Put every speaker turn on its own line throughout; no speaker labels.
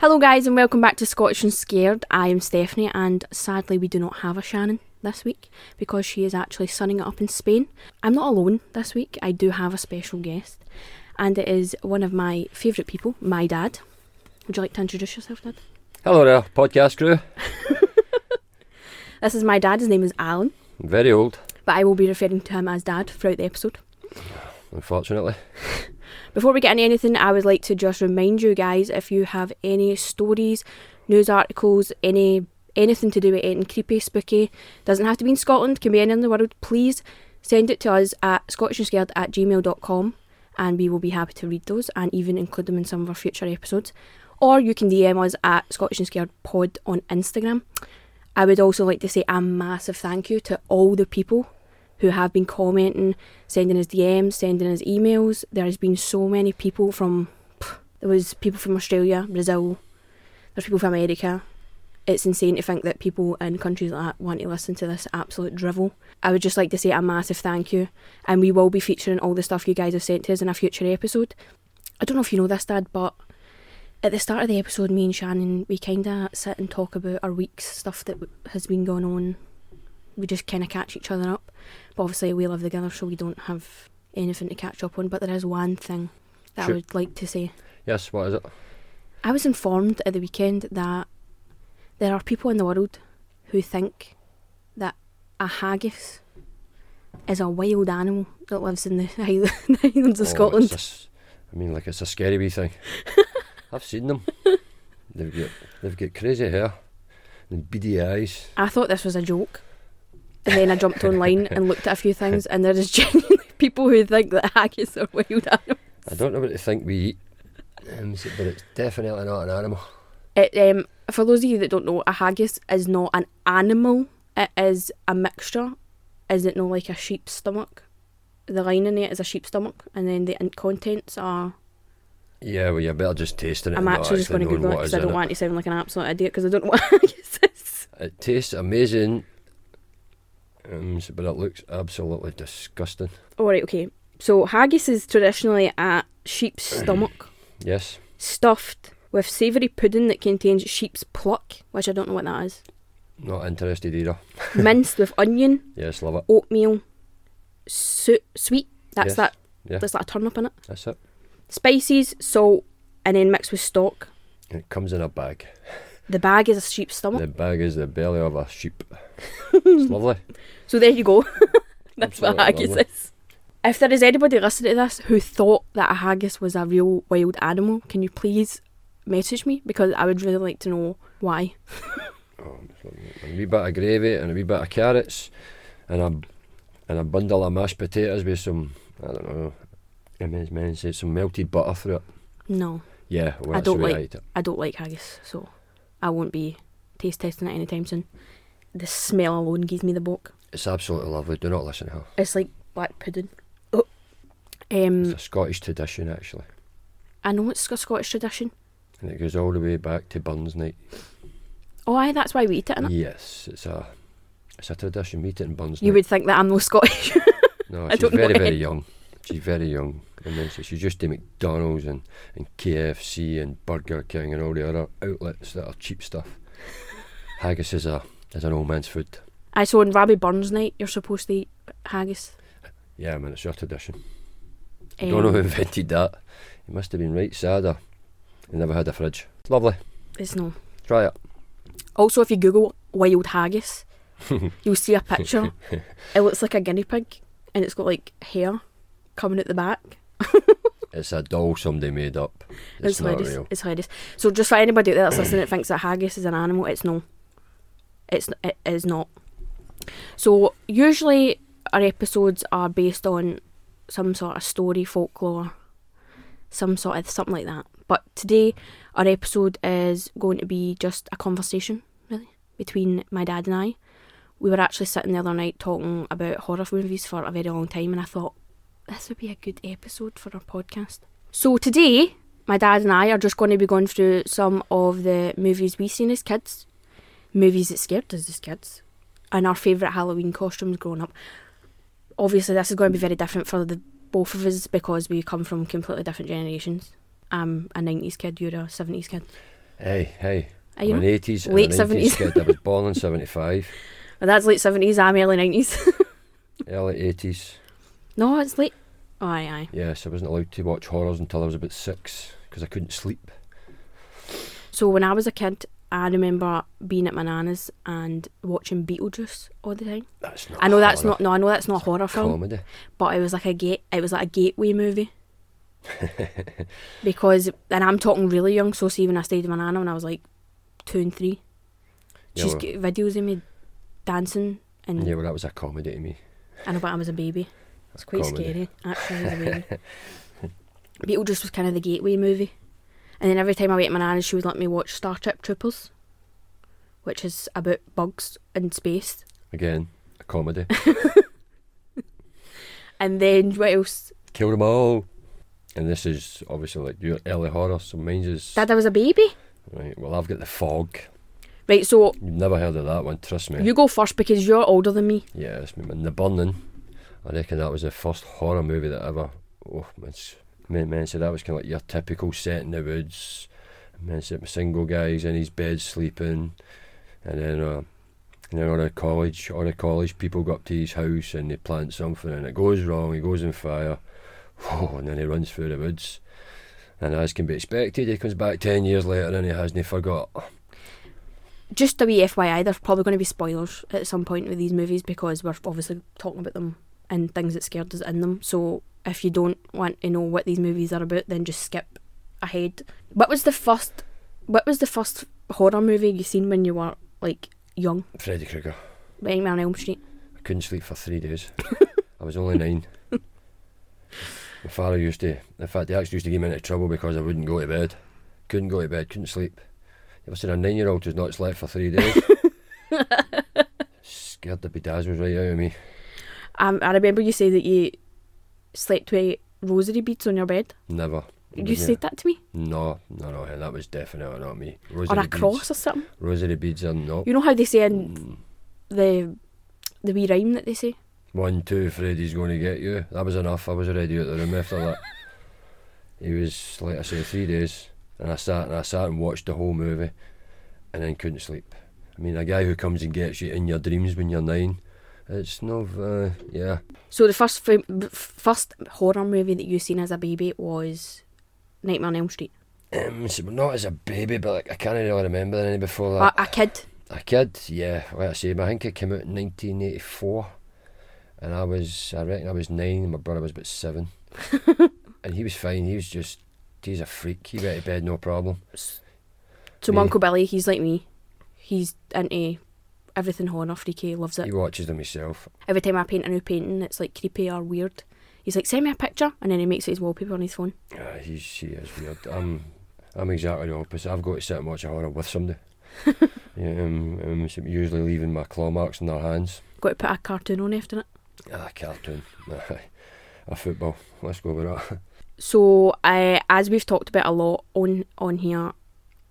Hello, guys, and welcome back to Scottish and Scared. I am Stephanie, and sadly, we do not have a Shannon this week because she is actually sunning it up in Spain. I'm not alone this week, I do have a special guest, and it is one of my favourite people, my dad. Would you like to introduce yourself, Dad?
Hello there, podcast crew.
This is my dad, his name is Alan,
Very old,
but I will be referring to him as Dad throughout the episode.
unfortunately.
Before we get into anything, I would like to just remind you guys if you have any stories, news articles, any anything to do with anything creepy, spooky, doesn't have to be in Scotland, can be anywhere in the world, please send it to us at scottishandscared at gmail.com and we will be happy to read those and even include them in some of our future episodes. Or you can DM us at Scottish and Scared Pod on Instagram. I would also like to say a massive thank you to all the people who have been commenting, sending us DMs, sending us emails. There has been so many people from pff, there was people from Australia, Brazil, there's people from America. It's insane to think that people in countries like that want to listen to this absolute drivel. I would just like to say a massive thank you, and we will be featuring all the stuff you guys have sent to us in a future episode. I don't know if you know this, Dad, but at the start of the episode, me and Shannon, we kind of sit and talk about our week's stuff that w- has been going on. We just kind of catch each other up. But obviously, we live together, so we don't have anything to catch up on. But there is one thing that I
Sure.
would like to say.
Yes, what is it? Oh,
I was informed at the weekend that there are people in the world who think that a haggis is a wild animal that lives in the Highland- the Highlands
Oh,
of
it's
Scotland.
a s- I mean, like, it's a scary wee thing. I've seen them. They've got, they've got crazy hair and beady eyes.
I thought this was a joke. And then I jumped online and looked at a few things, and there is genuinely people who think that haggis are wild animals.
I don't know what to think we eat, um, s- but it's definitely not an animal.
It, um, for those of you that don't know, a haggis is not an animal, it is a mixture. Is it not like a sheep's stomach? The lining in it is a sheep's stomach, and then the in- contents are.
Yeah, well, you better just tasting it.
I'm
and not
actually just going to
knowing
Google it
what
because
is
I
in
don't
it.
want to sound like an absolute idiot because I don't know what haggis is.
It tastes amazing, um, s- but it looks absolutely disgusting.
Alright, okay. So, haggis is traditionally a sheep's stomach.
Yes,
stuffed with savoury pudding that contains sheep's pluck, which I don't know what that is,
not interested either.
minced with onion,
Yes, love it.
oatmeal, su- sweet, that's
Yes,
that,
yeah.
there's like a turnip in it,
That's it.
spices, salt, and then mixed with stock.
And it comes in a bag.
The bag is a sheep's stomach.
The bag is the belly of a sheep. it's lovely.
So there you go. that's what
Absolutely
haggis
lovely.
is. If there is anybody listening to this who thought that a haggis was a real wild animal, can you please message me? Because I would really like to know why.
And a wee bit of gravy and a wee bit of carrots and a and a bundle of mashed potatoes with some I don't know. I mean, as men say, some melted butter through it.
No.
Yeah, well,
I
that's
don't
the way I
like-
eat it.
I don't like haggis, so I won't be taste testing it anytime soon. The smell alone gives me the book.
It's absolutely lovely. Do not listen to her.
It's like black pudding. Oh. Um,
It's a Scottish tradition actually,
I know it's a Scottish tradition.
and it goes all the way back to Burns Night.
Oh, aye, that's why we eat it, innit?
Yes, it's a it's a tradition. We eat it in Burns
You
Night.
would think that I'm no Scottish.
No,
I
she's
don't know
very
why.
very young. She's very young, and then she- she's just to McDonald's and and KFC and Burger King and all the other outlets that are cheap stuff. Haggis is a is an old man's food.
I saw on Rabbi Burns night, you're supposed to eat haggis.
Yeah, man, it's your tradition.
Um,
Don't know who invented that. It must have been right sadder. He never had a fridge. It's lovely.
It's no.
Try it.
Also, if you Google wild haggis, you'll see a picture. it looks like a guinea pig, and it's got like hair coming at the back.
It's a doll somebody made up. It's,
It's,
not
hilarious.
real.
It's hilarious. So just for anybody out there that's listening that thinks that haggis is an animal, it's no. It's it is not. So usually our episodes are based on some sort of story, folklore, some sort of something like that. But today our episode is going to be just a conversation, really, between my dad and I. We were actually sitting the other night talking about horror movies for a very long time and I thought this would be a good episode for our podcast. So today, my dad and I are just going to be going through some of the movies we've seen as kids, movies that scared us as kids, and our favourite Halloween costumes growing up. Obviously, this is going to be very different for the both of us because we come from completely different generations. I'm a 90s kid, you're a 70s kid.
Hey, hey.
Are you
I'm
not?
an 80s and
Late
an 90s
70s.
kid. I was born in 75,
Well, that's late seventies. I'm early nineties.
early 80s.
no, it's late. Oh, aye, aye.
Yes, I wasn't allowed to watch horrors until I was about six because I couldn't sleep.
So when I was a kid, I remember being at my nana's and watching Beetlejuice all the time.
That's not
I know that's
horror,
not no, I know that's not a horror film,
comedy.
but it was like a gate. It was like a gateway movie. because and I'm talking really young, so see when I stayed with my nana when I was like two and three,
Yeah,
she's
well-
got videos of me dancing and
Yeah, well, that was a comedy to me.
I know, but I was a baby. It's quite
comedy.
scary. Actually, I was a baby. Beetlejuice was kind of the gateway movie. And then every time I went to my nana's, she would let me watch Star Trek Troopers, which is about bugs in space.
Again, a comedy.
And then what else?
Kill them all. And this is obviously like your early horror, so mine's is.
Dad, I was a baby.
Right, well, I've got The Fog.
Right, so
You've never heard of that one, trust me.
you go first because you're older than me.
Yeah, it's me, man. The Burning. I reckon that was the first horror movie that ever. Oh, it's, man, man said that was kind of like your typical set in the woods. Man said single guys in his bed sleeping, and then uh, and then on a college, on a college, people go up to his house and they plant something, and it goes wrong. He goes on fire, Whoa, and then he runs through the woods. And as can be expected, he comes back ten years later and he hasn't forgot.
Just a wee FYI, there's probably going to be spoilers at some point with these movies because we're obviously talking about them and things that scared us in them. So if you don't want to know what these movies are about, then just skip ahead. What was the first? What was the first horror movie you seen when you were like young?
Freddy Krueger.
Nightmare on Elm Street.
I couldn't sleep for three days. I was only nine. My father used to, in fact, he actually used to get me into trouble because I wouldn't go to bed. Couldn't go to bed, couldn't sleep. It was a nine year old who's not slept for three days. Scared the bedazzles right out of me.
Um, I remember you say that you slept with rosary beads on your bed.
Never.
You
Yeah.
said that to me,
No, no, no, yeah, that was definitely not me. Rosary
or a
beads.
cross or something.
Rosary beads are not.
You know how they say in
Mm.
the the wee rhyme that they say.
One, two, Freddy's going to get you. That was enough. I was already out of the room after that. He was, like I say, three days. And I sat and I sat and watched the whole movie and then couldn't sleep. I mean, a guy who comes and gets you in your dreams when you're nine, it's no, uh, yeah.
So the first film, f- first horror movie that you seen as a baby was Nightmare on Elm Street.
Um, so not as a baby, but like, I can't really remember any before that.
A, a kid.
A kid, yeah, like I say, I think it came out in 1984, and I was, I reckon I was nine, and my brother was about seven, and he was fine. He was just, he's a freak. He went to bed no problem.
So my
Me.
Uncle Billy, he's like me. He's into everything horror, freaky, loves
He
it.
watches them himself.
Every time I paint a new painting, it's like creepy or weird. He's like, send me a picture, and then he makes it his wallpaper on his phone.
Uh, he's, he is weird. I'm, I'm exactly the opposite. I've got to sit and watch a horror with somebody. yeah, um, um, so usually leaving my claw marks in their hands.
Got to put a cartoon on after it.
Ah, cartoon, a football. Let's go with that.
So I, as we've talked about a lot on on here,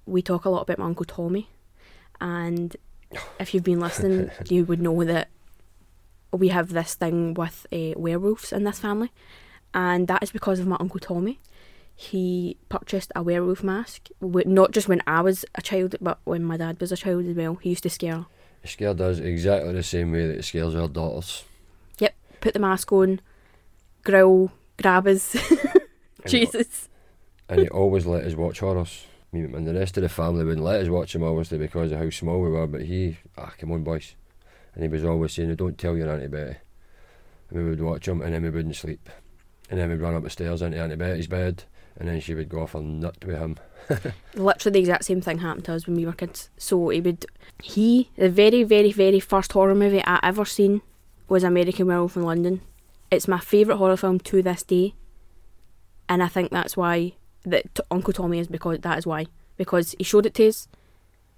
we talk a lot about my Uncle Tommy, and if you've been listening, you would know that we have this thing with uh, werewolves in this family, and that is because of my Uncle Tommy. He purchased a werewolf mask, wi- not just when I was a child, but when my dad was a child as well. He used to scare,
It scared us exactly the same way that it scares our daughters.
put the mask on, growl, grab us,
And
Jesus.
and he always let us watch horrors. Me and the rest of the family wouldn't let us watch him, obviously, because of how small we were. But he, ah, come on, boys. And he was always saying, Don't tell your Auntie Betty. And we would watch him, and then we wouldn't sleep. And then we'd run up the stairs into Auntie Betty's bed, and then she would go off a nut with him.
literally the exact same thing happened to us when we were kids. So he would, he, the very, very, very first horror movie I ever seen was American Werewolf in London. It's my favourite horror film to this day, and I think that's why that t- Uncle Tommy is because that is why because he showed it to us.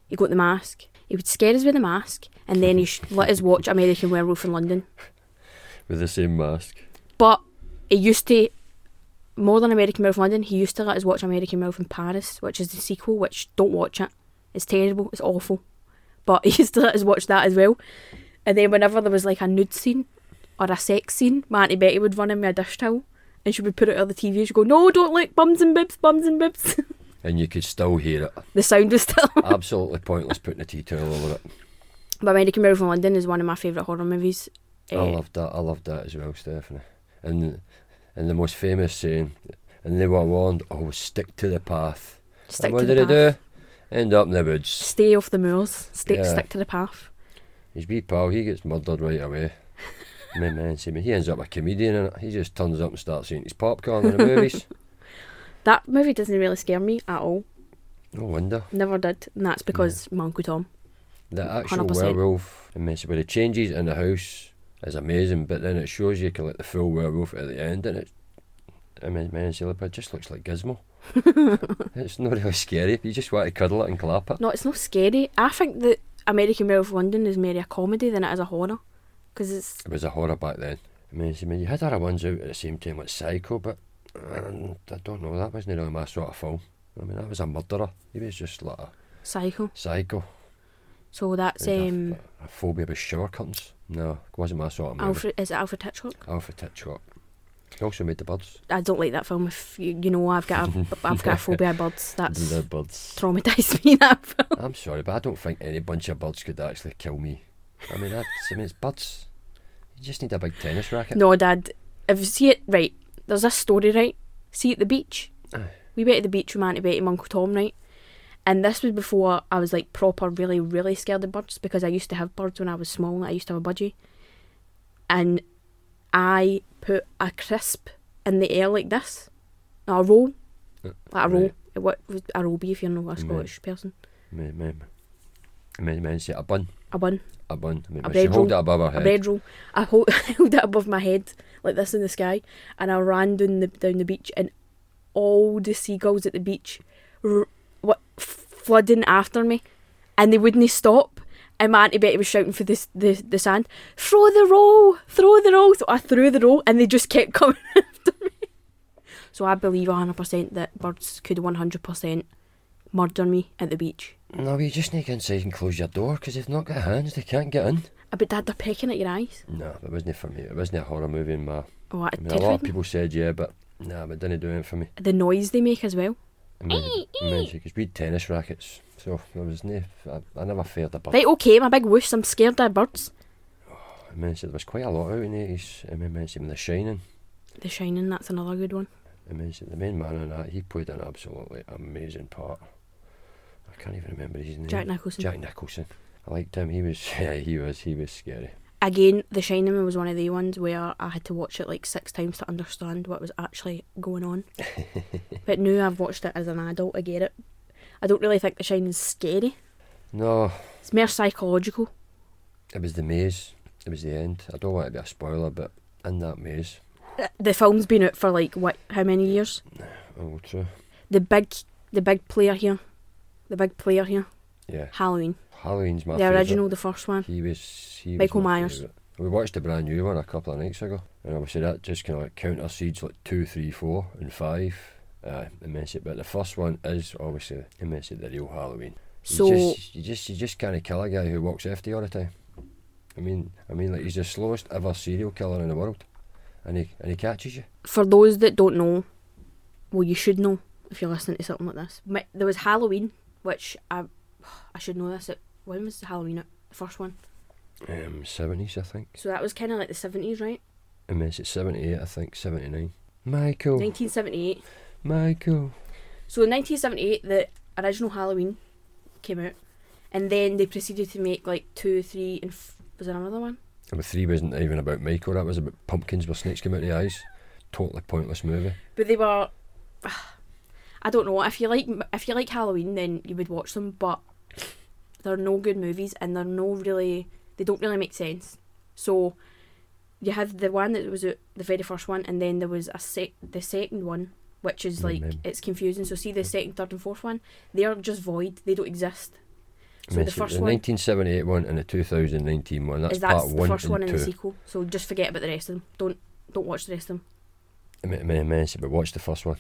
He got the mask. He would scare us with the mask, and then he sh- let us watch American Werewolf in London.
With the same mask.
But he used to more than American Werewolf in London. He used to let us watch American Werewolf in Paris, which is the sequel. Which don't watch it. It's terrible. It's awful. But he used to let us watch that as well. And then whenever there was like a nude scene or a sex scene, my auntie Betty would run in with a dish towel and she would put it on the TV. She'd go, "No, don't look, bums and bibs, bums and bibs."
and you could still hear it.
The sound was still.
Absolutely pointless putting a tea towel over it.
but American Werewolf in London is one of my favourite horror movies.
I
Eh,
loved that. I loved that as well, Stephanie. And and the most famous saying, and they were warned, oh, stick to the path.
stick
and what
to the
did
path.
he do? End up in the woods.
Stay off the moors. Stay,
Yeah.
Stick to the path.
His wee pal, he gets murdered right away. My man, see, he ends up a comedian and he just turns up and starts eating his popcorn in the movies.
That movie doesn't really scare me at all.
No wonder.
Never did. And that's because my Uncle Tom.
The actual
100%.
werewolf, and mess with the changes in the house is amazing, but then it shows you can like the full werewolf at the end, and it, I mean, man, see, look, it just looks like Gizmo. it's not really scary. You just want to cuddle it and clap it.
No, it's not scary. I think that American Werewolf in London is more a comedy than it is a horror. Because it's
It was a horror back then. I mean, see, I mean, you had other ones out at the same time like Psycho, but um, I don't know. That wasn't really my sort of film. I mean, that was a murderer. He was just like a
psycho.
psycho.
So that's
He had a-
um,
a, phobia with shower curtains. No, it wasn't my sort of movie.
Alfred. Is it Alfred Hitchcock?
Alfred Hitchcock. He also made the birds.
I don't like that film. If you, you know, I've got a, I've got a phobia of birds. That's
The birds.
traumatized me. That film.
I'm sorry, but I don't think any bunch of birds could actually kill me. I mean, that's, I mean, it's birds. You just need a big tennis racket.
No, Dad. If you see it right, there's this story right. See at the beach.
Aye.
We went to the beach with my auntie Betty and my Uncle Tom, right? And this was before I was like proper, really, really scared of birds because I used to have birds when I was small. and I used to have a budgie, and I put a crisp in the air like this, a roll,
Uh,
like a roll.
right.
What would a roll be if you're not
Right.
a Scottish person?
Man, man, man, man, see, a bun,
A bun,
a bun. I mean,
A
she
bread
hold it
roll,
above her
a
head.
bread roll. I hold, held it above my head like this in the sky, and I ran down the down the beach, and all the seagulls at the beach, r- what flooding after me, and they wouldn't stop. And my auntie Betty was shouting for this the, the sand, throw the roll, throw the roll. So I threw the roll, and they just kept coming after me. So I believe hundred percent that birds could one hundred percent murder me at the beach.
No, you just need to go inside and close your door because they've not got hands, they can't get in.
I bet dad they're pecking at your eyes.
No, it wasn't for me. It wasn't a horror movie in my.
Oh,
I
it
mean, a lot of
terrified me.
people said yeah, but nah, but it didn't do anything for me.
The noise they make as well.
I mean, I mean, because we had tennis rackets, so there was no. I, I never feared a bird.
Right, okay, my big whoosh, I'm scared of birds.
I mean, so there was quite a lot out in the 80s. I mean, I mean, so The Shining.
The Shining, that's another good one.
I mean, so the main man in that, he played an absolutely amazing part. I can't even remember his name.
Jack Nicholson.
Jack Nicholson. I liked him. He was, yeah, he was, he was scary.
Again, The Shining was one of the ones where I had to watch it like six times to understand what was actually going on. but now I've watched it as an adult, I get it. I don't really think The Shining's scary.
No,
It's more psychological.
it was the maze. It was the end. I don't want to be a spoiler, but in that maze,
Uh, The film's been out for like what? How many years?
oh, true.
The big, the big player here, the big player here,
Yeah,
Halloween.
Halloween's my
the
favourite.
original, the first one.
He was, he was
Michael
my
Myers.
favourite. We watched a brand new one a couple of nights ago, and obviously that just kind of like counter seeds like two, three, four, and five. Uh, immense it, but the first one is obviously immense it, the real Halloween.
So
you just, you just you just can't kill a guy who walks after you all the time. I mean, I mean, like he's the slowest ever serial killer in the world, and he and he catches you.
for those that don't know, well, you should know if you're listening to something like this. My, there was Halloween, which I I should know this. At, when was Halloween? At, the first one.
Um, seventies, I think.
So that was kind of like the seventies, right?
I mean, it's seventy-eight, I think, seventy-nine. Michael,
Nineteen seventy-eight.
Michael.
So in nineteen seventy-eight, the original Halloween came out, and then they proceeded to make like two, three, and f- was there another one?
Number three wasn't even about Michael. That was about pumpkins where snakes came out of the eyes. Totally pointless movie.
But they were. I don't know. If you like, if you like Halloween, then you would watch them. But they're no good movies, and they're no really. They don't really make sense. So you have the one that was uh, the very first one, and then there was a sec- the second one, which is like
Mhm.
it's confusing. So see the second, third, and fourth one. They are just void. They don't exist. So the first one-
nineteen seventy-eight one and the two thousand nineteen one. That's
is that's
part
the
one
first
and
one in
two.
the sequel. So just forget about the rest of them. Don't don't watch the rest of them
I mean, I mean, I mean, but watch the first one.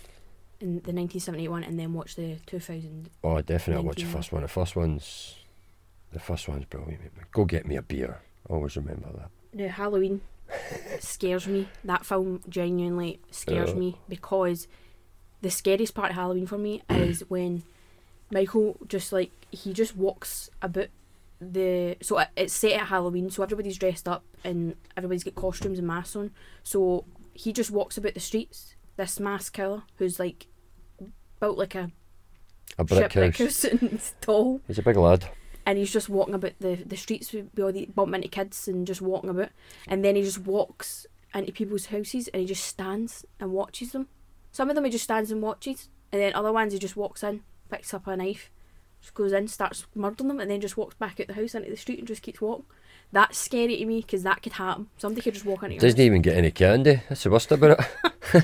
in the 1971, and then watch the 2000.
Oh, I definitely watch the
19.
first one. The first one's the first one's brilliant. mate. Go get me a beer. Always remember that.
Now Halloween scares me. That film genuinely scares
Yeah.
me because the scariest part of Halloween for me is when Michael just like he just walks about the so it- it's set at Halloween, so everybody's dressed up and everybody's got costumes and masks on. So he just walks about the streets. This mask killer who's like built like a
A brick
shipwreck
house.
house and is tall,
He's a big lad.
and he's just walking about the the streets with with all the bumping into kids and just walking about, and then he just walks into people's houses and he just stands and watches them. Some of them he just stands and watches, and then other ones he just walks in, picks up a knife, just goes in, starts murdering them, and then just walks back out the house into the street and just keeps walking. That's scary to me because that could happen. Somebody could just walk into your
Doesn't
house.
even get any candy. That's the worst about it.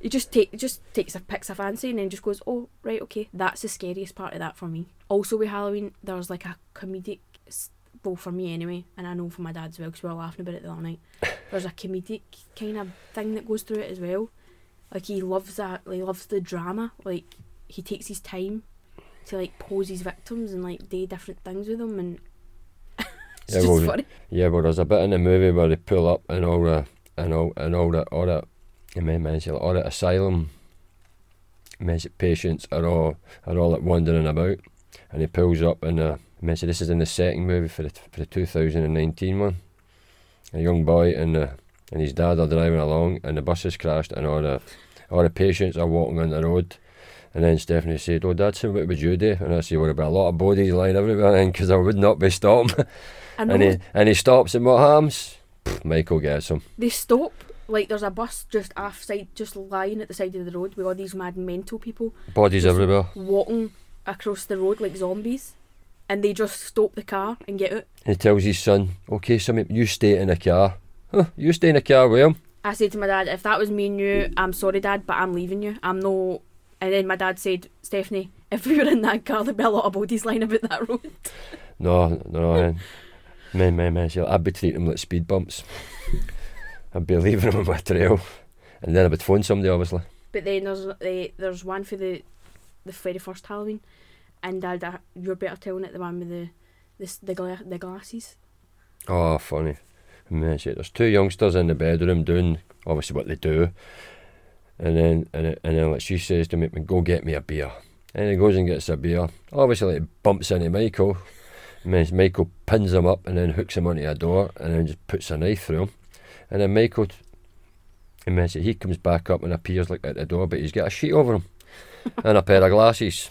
He just take just takes a picks a fancy and then just goes, oh right, okay. That's the scariest part of that for me. Also with Halloween, there's like a comedic, s- well for me anyway, and I know for my dad as well because we were laughing about it the other night. There's a comedic kind of thing that goes through it as well. Like he loves that, he loves the drama. Like he takes his time to like pose his victims and like do different things with them, and it's
Yeah,
just
well,
funny.
Yeah, well, there's a bit in the movie where they pull up and all the and all and all the all the I mean, man, so all the asylum man, so patients are all are all like wandering about, and he pulls up and uh, man, so this is in the second movie for the for the 2019 one. A young boy and uh, and his dad are driving along, and the bus has crashed, and all the all the patients are walking on the road. And then Stephanie said, "Oh, Dad, so what would you do?" And I said, "Well, there'd be a lot of bodies lying everywhere, and because I would not be stopping."
I
and
know.
he and he stops and what happens? Pff, Michael gets him.
they stop like there's a bus just off side just lying at the side of the road with all these mad mental people
Bodies
Just-
everywhere.
walking across the road like zombies and they just stop the car and get out
And he tells his son, "Okay, Sammy, you stay in the car. Huh, you stay in the car with him."
i said to my dad if that was me and you i'm sorry dad but i'm leaving you i'm no and then my dad said stephanie if we were in that car there'd be a lot of bodies lying about that road
No, no, man, man, man, man. so I'd be treating him like speed bumps. I'd be leaving him on my trail, and then I would phone somebody, obviously.
but then there's uh, there's one for the the very first halloween and dad I, you're better telling it the one with the this the, gla- the glasses
Oh, funny. Man, shit. There's two youngsters in the bedroom doing obviously what they do, and then and, then- and then like she says to me, "Go get me a beer," and he goes and gets a beer. Obviously, like, bumps into Michael. Man, Michael pins him up and then hooks him onto a door and then just puts a knife through him, and then Michael. And man, so he comes back up and appears like at the door, but he's got a sheet over him and a pair of glasses,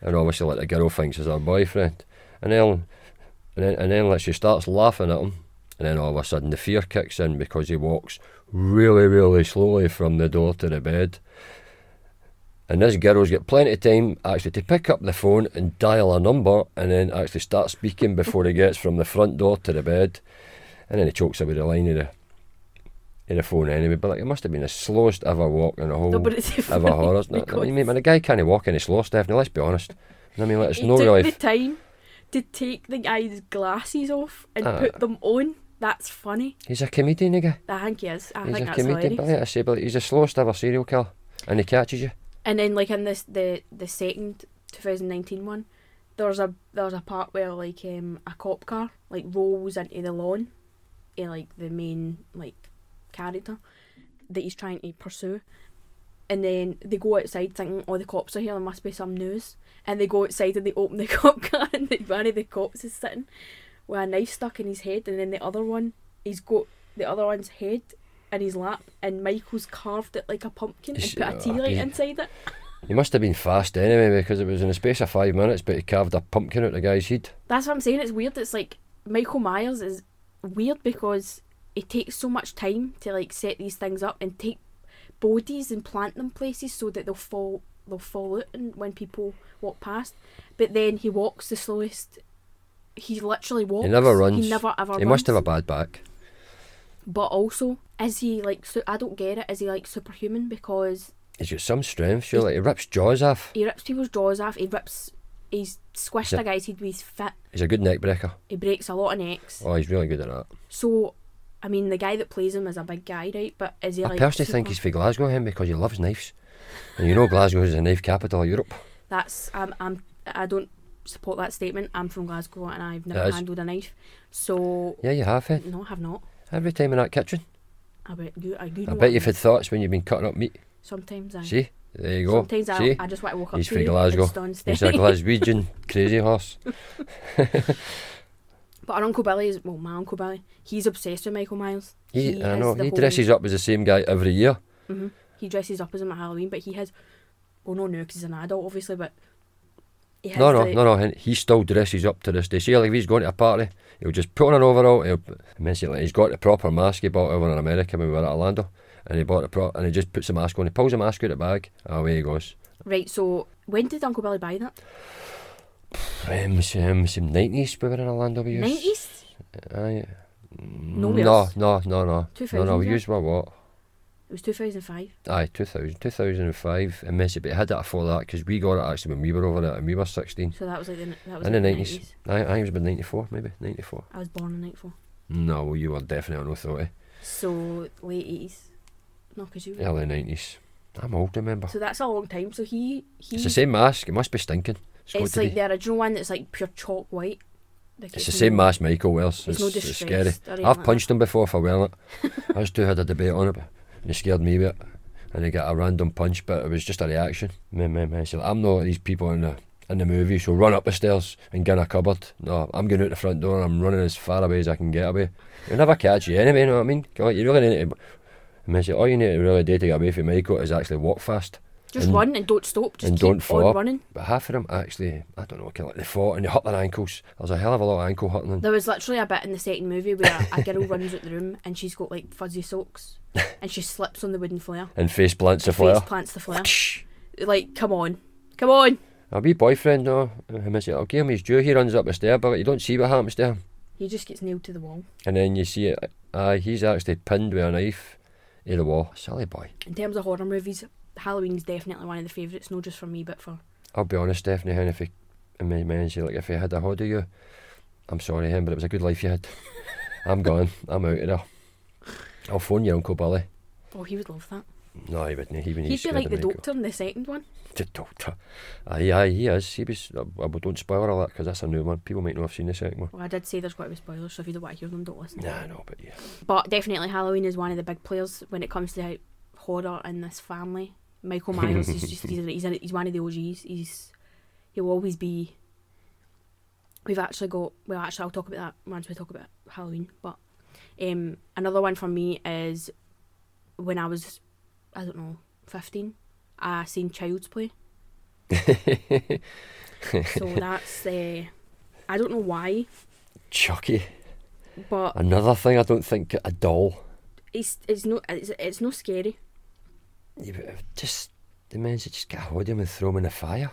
and obviously like the girl thinks is her boyfriend, and then and then, and then like she starts laughing at him, and then all of a sudden the fear kicks in because he walks really, really slowly from the door to the bed. And this girl's got plenty of time actually to pick up the phone and dial a number and then actually start speaking before he gets from the front door to the bed. And then he chokes away the line of the, of the phone anyway. But like it must have been the slowest ever walk in the whole
Nobody said
ever Oh, horror. No, I
because-
mean, man, the guy can't walk any slower, Stephanie, let's be honest. I mean, like, it's
he
no
took
really
the time to take the guy's glasses off and
Ah.
put them on. That's funny.
He's a comedian, the guy.
I think he is. I
he's
think
a
that's
comedian, but
hilarious.
like I say, but he's the slowest ever serial killer, and he catches you.
And then like in this the the second 2019 one, there's a there's a part where like um a cop car like rolls into the lawn, in like the main like character that he's trying to pursue. And then they go outside thinking, oh, the cops are here, there must be some news. And they go outside and they open the cop car and they, one of the cops is sitting with a knife stuck in his head. And then the other one, he's got the other one's head in his lap and Michael's carved it like a pumpkin and
Is-
put a tea
oh,
light
is-
inside it.
He must have been fast anyway because it was in the space of five minutes, but he carved a pumpkin out the guy's head.
That's what I'm saying. It's weird. It's like Michael Myers is weird because it takes so much time to like set these things up and take bodies and plant them places so that they'll fall they'll fall out and when people walk past. But then he walks the slowest. He literally walks.
never runs.
He never ever.
he must have
runs.
a bad back.
But also, is he like? Su- I don't get it. Is he like superhuman because
He's got some strength, sure. Like he rips jaws off.
he rips people's jaws off? He rips. He's squished
Yeah.
a guy's head with his fit.
He's a good neck breaker.
He breaks a lot of necks.
Oh, he's really good at that.
So, I mean, the guy that plays him is a big guy, right? But is he
I
like?
personally
super-
think he's for Glasgow him because he loves knives, and you know Glasgow is the knife capital of Europe.
That's um, I'm I don't support that statement. I'm from Glasgow and I've never
That is-
handled a knife. So
Yeah, you have it
no, I have not.
every time in that kitchen.
I bet you. I do.
I
know
bet
I
you've had thoughts when you've been cutting up meat.
Sometimes I.
See, There you go.
Sometimes I,
See?
I just want to walk up
He's
to
from
you
Glasgow.
and stand
He's a
still.
Glaswegian crazy horse.
But our Uncle Billy is, well, my Uncle Billy, he's obsessed with Michael Myers.
He, I
is
know.
the
He
whole-
dresses up as the same guy every year.
Mhm. He dresses up as him at Halloween, but he has, well, no, no, because he's an adult, obviously, but he has
No, no,
the-
no, no. hen- He still dresses up to this day. See, like if he's going to a party, he'll just put on an overall. He'll, basically, he's got the proper mask he bought over in America when we were at Orlando, and he bought the pro, and he just puts the mask on. He pulls the mask out of the bag, and away he goes.
Right, so when did Uncle Billy buy that?
Um, some some nineties we were in Orlando. We used.
90s?
Aye.
No
no,
worse.
no, no, no. No, no.
2000s,
We
yeah?
used what? What?
It was 2005.
Aye, 2000, 2005, and Messi, but it had that for that because we got it actually when we were over there and we were 16.
So that was like the, that was
In
like
the
the
90s.
90s.
I, I was about 94, maybe, 94.
I was born in 94.
No, well, you were definitely on authority.
So late 80s. No, because you were.
Early 90s. I'm old, remember.
So that's a long time. So he. he
It's the same mask, it must be stinking. It's, got
it's
to
like
be.
the original one that's like pure chalk white. Like
it's the same
no-
mask Michael wears.
It's
It's,
no
it's
distress
scary.
or anything
I've
like
punched him before for wearing it. I just two had a debate on it, but he scared me with it. And he got a random punch, but it was just a reaction. Me, me, me. So I'm not these people in the in the movie, so run up the stairs and get in a cupboard. No, I'm going out the front door and I'm running as far away as I can get away. They'll never catch you anyway, you know what I mean? God, You really need to. And they say, all you need to really do to get away from Michael is actually walk fast.
Just
and-
run and don't stop. Just
and
keep
don't
on
flop.
running.
But half of them actually, I don't know, kind of like they fought and they hurt their ankles. There's a hell of a lot of ankle hurting.
There was literally a bit in the second movie where a girl runs out the room and she's got like fuzzy socks and she slips on the wooden flare.
and face plants the
and
flare.
Face plants the flare. Like, come on. Come on.
A wee boyfriend, no, him is I'll give him his due. He runs up the stair, but you don't see what happens to him.
He just gets nailed to the wall.
And then you see it. Aye, he's actually pinned with a knife to the wall. Silly boy.
In terms of horror movies, Halloween's definitely one of the favourites, not just for me, but for.
I'll be honest, Stephanie, and if he, I mean, man, see, like if he had a hold of you, I'm sorry, him, but it was a good life you had. I'm gone. I'm out of there. I'll phone your uncle Billy.
Oh, he would love that.
No, he wouldn't. He wouldn't.
He'd be
scared
like
of
the
Michael.
doctor in the second one.
The doctor. Aye, aye, he is. He was. Uh, well, don't spoil all that because that's a new one. People might not have seen the second one.
Well, Oh, I did say there's going to be spoilers, so if you don't want to hear them, don't listen.
Nah, no, but yeah.
But definitely, Halloween is one of the big players when it comes to horror in this family. Michael Myers is just he's, he's, he's one of the OGs. He's he'll always be. We've actually got well, actually, I'll talk about that once we talk about Halloween. But um, another one for me is when I was, I don't know, fifteen. I seen Child's Play. so that's uh, I don't know why,
Chucky.
but
Another thing I don't think a doll.
it's it's no it's, it's no scary.
You just the men should just get a hold of him and throw him in the fire.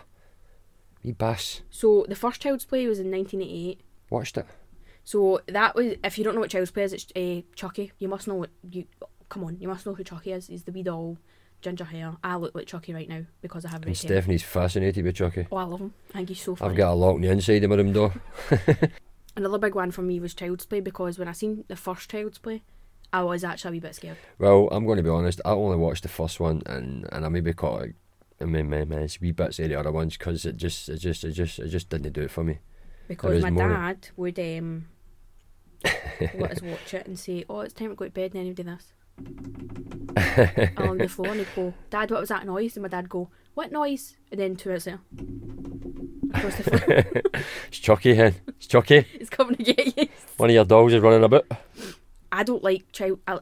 Wee bass.
So the first Child's Play was in 1988.
Watched it.
So that was if you don't know what Child's Play is, it's uh, Chucky. You must know what you. Come on, you must know who Chucky is. He's the wee doll, ginger hair. I look like Chucky right now because I have
And
red hair.
Stephanie's fascinated with Chucky.
Oh, I love him. I think he's so funny.
I've got a lock on the inside of my room door.
Another big one for me was Child's Play because when I seen the first Child's Play, I was actually a wee bit scared.
Well, I'm going to be honest. I only watched the first one, and and I maybe caught like, I mean, man, man, it's wee bits of the other ones because it just, it just, it just, it just didn't do it for me.
Because
is
my
more-
dad would um, let us watch it and say, "Oh, it's time to go to bed," and then he'd do this along the floor, and he'd go, "Dad, what was that noise?" And my dad would go, "What noise?" And then two minutes later, across the floor,
It's Chucky, hen. It's Chucky.
it's coming to get you.
One of your dogs is running about.
I don't like child. I,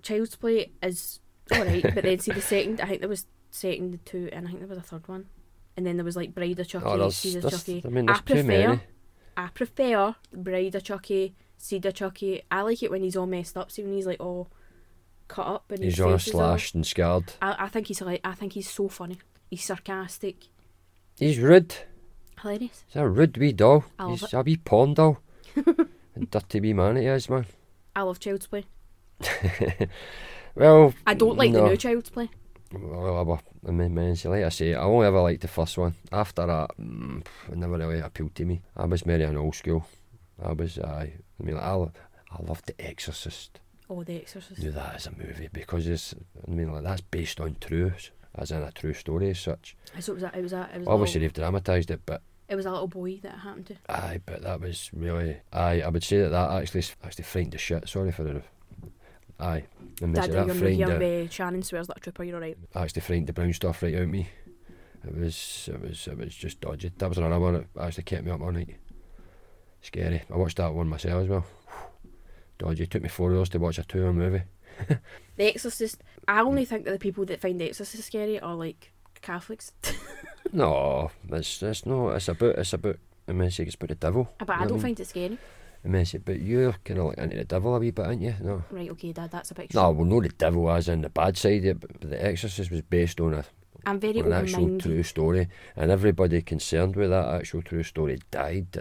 child's play is alright, but then see the second. I think there was second and two, and I think there was a third one, and then there was like Bride of Chucky,
Oh, there's,
Seed of
there's,
Chucky.
I mean, there's too
prefer-
many.
I prefer Bride of Chucky, Seed of Chucky. I like it when he's all messed up. See when he's like all cut up and
He's
his
on a
face is all-
slashed and scarred.
I, I think he's like I think he's so funny. He's sarcastic,
He's rude.
hilarious.
He's a rude wee doll.
I love
He's a wee pawn doll. Dirty wee man he is, man.
I love Child's Play.
Well,
I don't like
No.
the new Child's Play.
well, I wa- I mean, man, see, like I say, I only ever liked the first one. After that, mm, pff, it never really appealed to me. I was very an old school. I was, I, I mean, I, lo- I loved The Exorcist.
Oh, The Exorcist.
Do that as a movie because it's, I mean, like that's based on true, as in a true story as such.
So it was a, it was a, it was a little-
Obviously, they've dramatised it, but
it was a little boy that it happened to.
Aye, but that was really. Aye, I would say that that actually actually frightened the shit. Sorry for the Aye. And
Dad,
mentioned
you're,
that friend
you're,
uh,
uh, Shannon swears that trooper, you're alright.
actually framed the brown stuff right out of me. It was it was it was just dodgy. That was another one that actually kept me up all night. Scary. I watched that one myself as well. Dodgy. took me four hours to watch a two-hour movie.
The Exorcist, I only think that the people that find The Exorcist scary are like Catholics.
No, it's it's no. It's about it's about. Immense, it's about the devil.
but I don't find it scary.
Immense, but you're kind of like into the devil a wee bit, aren't you? No.
Right, okay, Dad, that's a picture.
No, well, no, the devil as in the bad side. of it, But The Exorcist was based
Er
on a
I'm very
an
open
actual
minded.
true story, and everybody concerned with that actual true story died.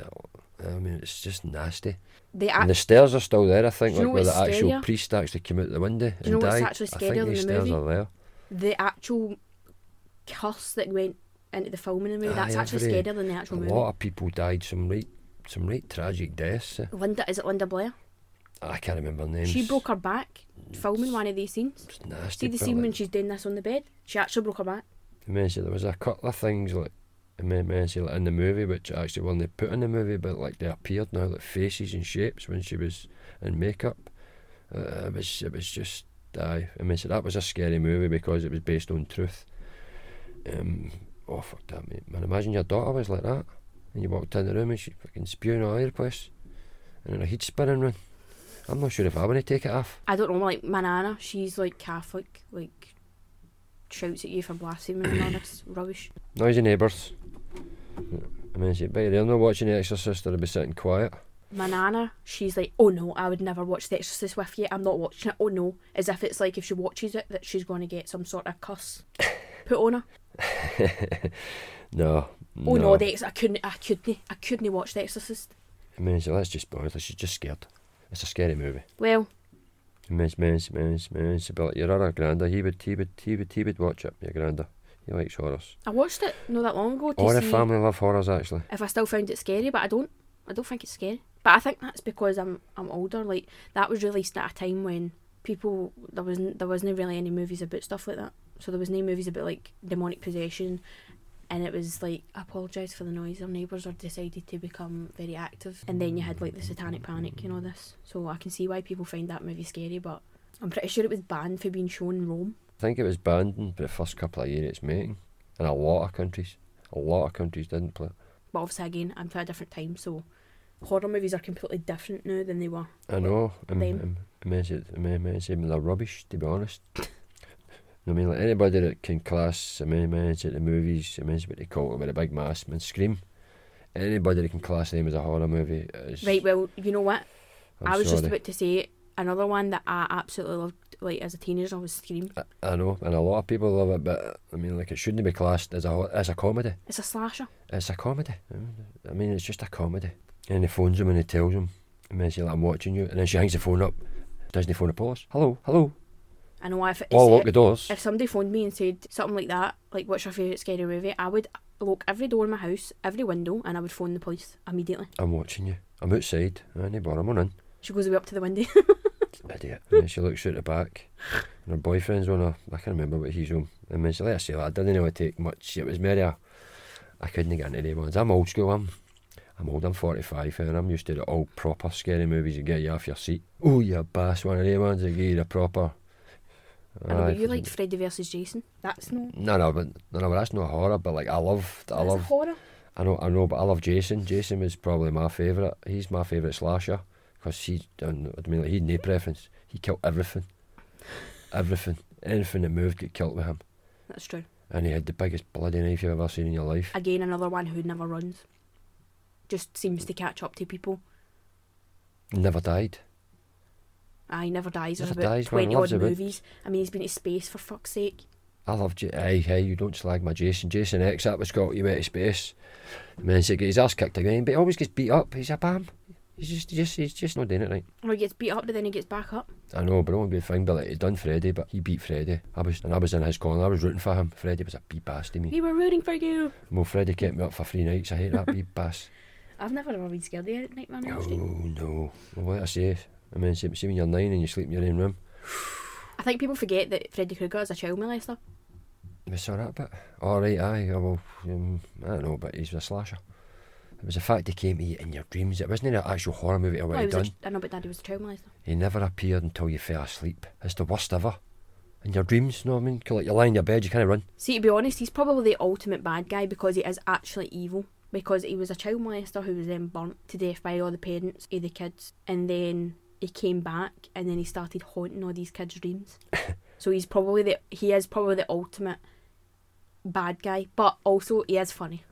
I mean, it's just nasty.
The
and
act-
the stairs are still there, I think,
Ah. Do you know
like where the
what's
actual
scarier?
priest actually came out the window
you know
and
what's
died.
actually
I
scarier
think
than
these
the
stairs
movie?
are there.
the actual curse that went into the film in the movie,
Aye,
that's actually
every-
scarier than the actual
a
movie.
lot of people died. Some right, some right tragic deaths.
Linda, is it Linda Blair?
I can't remember names.
She broke her back filming one of these scenes.
It's
See
nasty.
the
but,
scene
like,
when she's doing this on the bed? She actually broke her back.
I mean, so there was a couple of things like I mean, I mean, so, like, in the movie, which actually weren't they put in the movie, but like they appeared now, like faces and shapes when she was in makeup. Uh, it was it was just aye. I mean, so that was a scary movie because it was based on truth. Um, oh fuck that mate, man! Imagine your daughter was like that, and you walked in the room and she fucking spewing all over the place, and then a heat spinning room. I'm not sure if I want to take it off.
I don't know, like my nana, she's like Catholic, like shouts at you for blasphemy and all this rubbish.
Noisy neighbours. I mean, so, better they're not watching The Exorcist, or they'll be sitting quiet.
My nana, she's like, oh no, I would never watch The Exorcist with you. I'm not watching it. Oh no, as if it's like if she watches it that she's going to get some sort of cuss put on her.
No.
Oh no, The Ex- I couldn't, I couldn't, I couldn't watch The Exorcist.
I mean, so let's just be honest. She's just scared. It's a scary movie.
Well,
Miss, miss, miss, miss. But like your other granda, he would, he would, he would, he would watch it. Your granda, he likes horrors.
I watched it not that long ago to
Or a
see
family love horrors actually.
if I still found it scary, but I don't. I don't think it's scary. But I think that's because I'm I'm older. Like that was released at a time when people there wasn't there wasn't really any movies about stuff like that. So there was no movies about like demonic possession, and it was like I apologise for the noise. Our neighbours are decided to become very active, and then you had like the Satanic Panic and all this. So I can see why people find that movie scary, but I'm pretty sure it was banned for being shown in Rome.
I think it was banned in the first couple of years it's making, in a lot of countries. A lot of countries didn't play it.
But obviously, again, I'm at a different time, so horror movies are completely different now than they were.
I know. I'm,
Them.
I'm, I'm, I'm, I'm, I'm, they're rubbish to be honest. I mean, like anybody that can class, I mean, I the movies, I mean, what they call it with a big mask, and scream. Anybody that can class them as a horror movie is
Right, well, you know what?
I'm
I was
sorry.
just about to say another one that I absolutely loved, like as a teenager, was Scream.
I, I know, and a lot of people love it, but I mean, like, it shouldn't be classed as a ho- as a comedy.
It's a slasher.
It's a comedy. I mean, it's just a comedy. And he phones him and he tells him, and then she's like, "I'm watching you," and then she hangs the phone up. Doesn't he phone the police? Hello, hello.
I know if it's,
Oh, lock the doors.
if somebody phoned me and said something like that, like what's your favourite scary movie, I would lock every door in my house, every window, and I would phone the police immediately.
I'm watching you. I'm outside. Any bar, I'm on in.
She goes away up to the window.
Idiot.
Hmm.
And then she looks out the back, and her boyfriend's on her. I can't remember what he's on. And then she let her say that. I didn't really take much. It was merry. I I couldn't get into the ones. I'm old school. I'm. I'm old. I'm 45, and I'm used to the old proper scary movies that get you off your seat. Oh, you bass! One of the ones that give you the proper.
I know,
Aye,
but you
'cause
liked Freddy versus Jason. That's no.
No, no, but no, no, but that's not horror. But like, I love, I
that's
love,
horror.
I know, I know, but I love Jason. Jason was probably my favourite. He's my favourite slasher because he, I don't know, I mean, like, he had no preference. He killed everything, everything, anything that moved get killed with him,
That's true.
and he had the biggest bloody knife you've ever seen in your life.
Again, another one who never runs. Just seems to catch up to people.
Never died.
I never dies. There's
Never
about
dies, man,
20 odd
loves a bit.
movies. I mean, he's been to space for fuck's sake.
I love J- hey, hey, you don't slag my Jason. Jason X, that was got you out of space. And then he gets his ass kicked again, but he always gets beat up. He's a bam. He's just, just, he's just not doing it right.
Or he gets beat up, but then he gets back up.
I know, but one good thing, but like, he done Freddie, but he beat Freddie. I was and I was in his corner. I was rooting for him. Freddie was a bee bass to me.
We were rooting for you.
Well, Freddie kept me up for three nights. I hate that bee bass.
I've never ever been scared of the Nightmare on
Oh
Elm Street.
no! Well, what I say, I mean, see, see when you're nine and you sleep in your own room.
I think people forget that Freddy Krueger is a child molester.
We saw that bit. All right, aye. oh, Well, um, I don't know, but he's a slasher. It was the fact he came to you in your dreams. It wasn't an actual horror movie or what
Well, he was
he'd
a
done.
ch- I know, but Daddy was a child molester.
He never appeared until you fell asleep. It's the worst ever. In your dreams, you know what I mean? 'Cause, Like you lie in your bed, you kind of run.
See, to be honest, he's probably the ultimate bad guy because he is actually evil. Because he was a child molester who was then burnt to death by all the parents of the kids, and then he came back and then he started haunting all these kids' dreams. so he's probably the he is probably the ultimate bad guy, but also he is funny.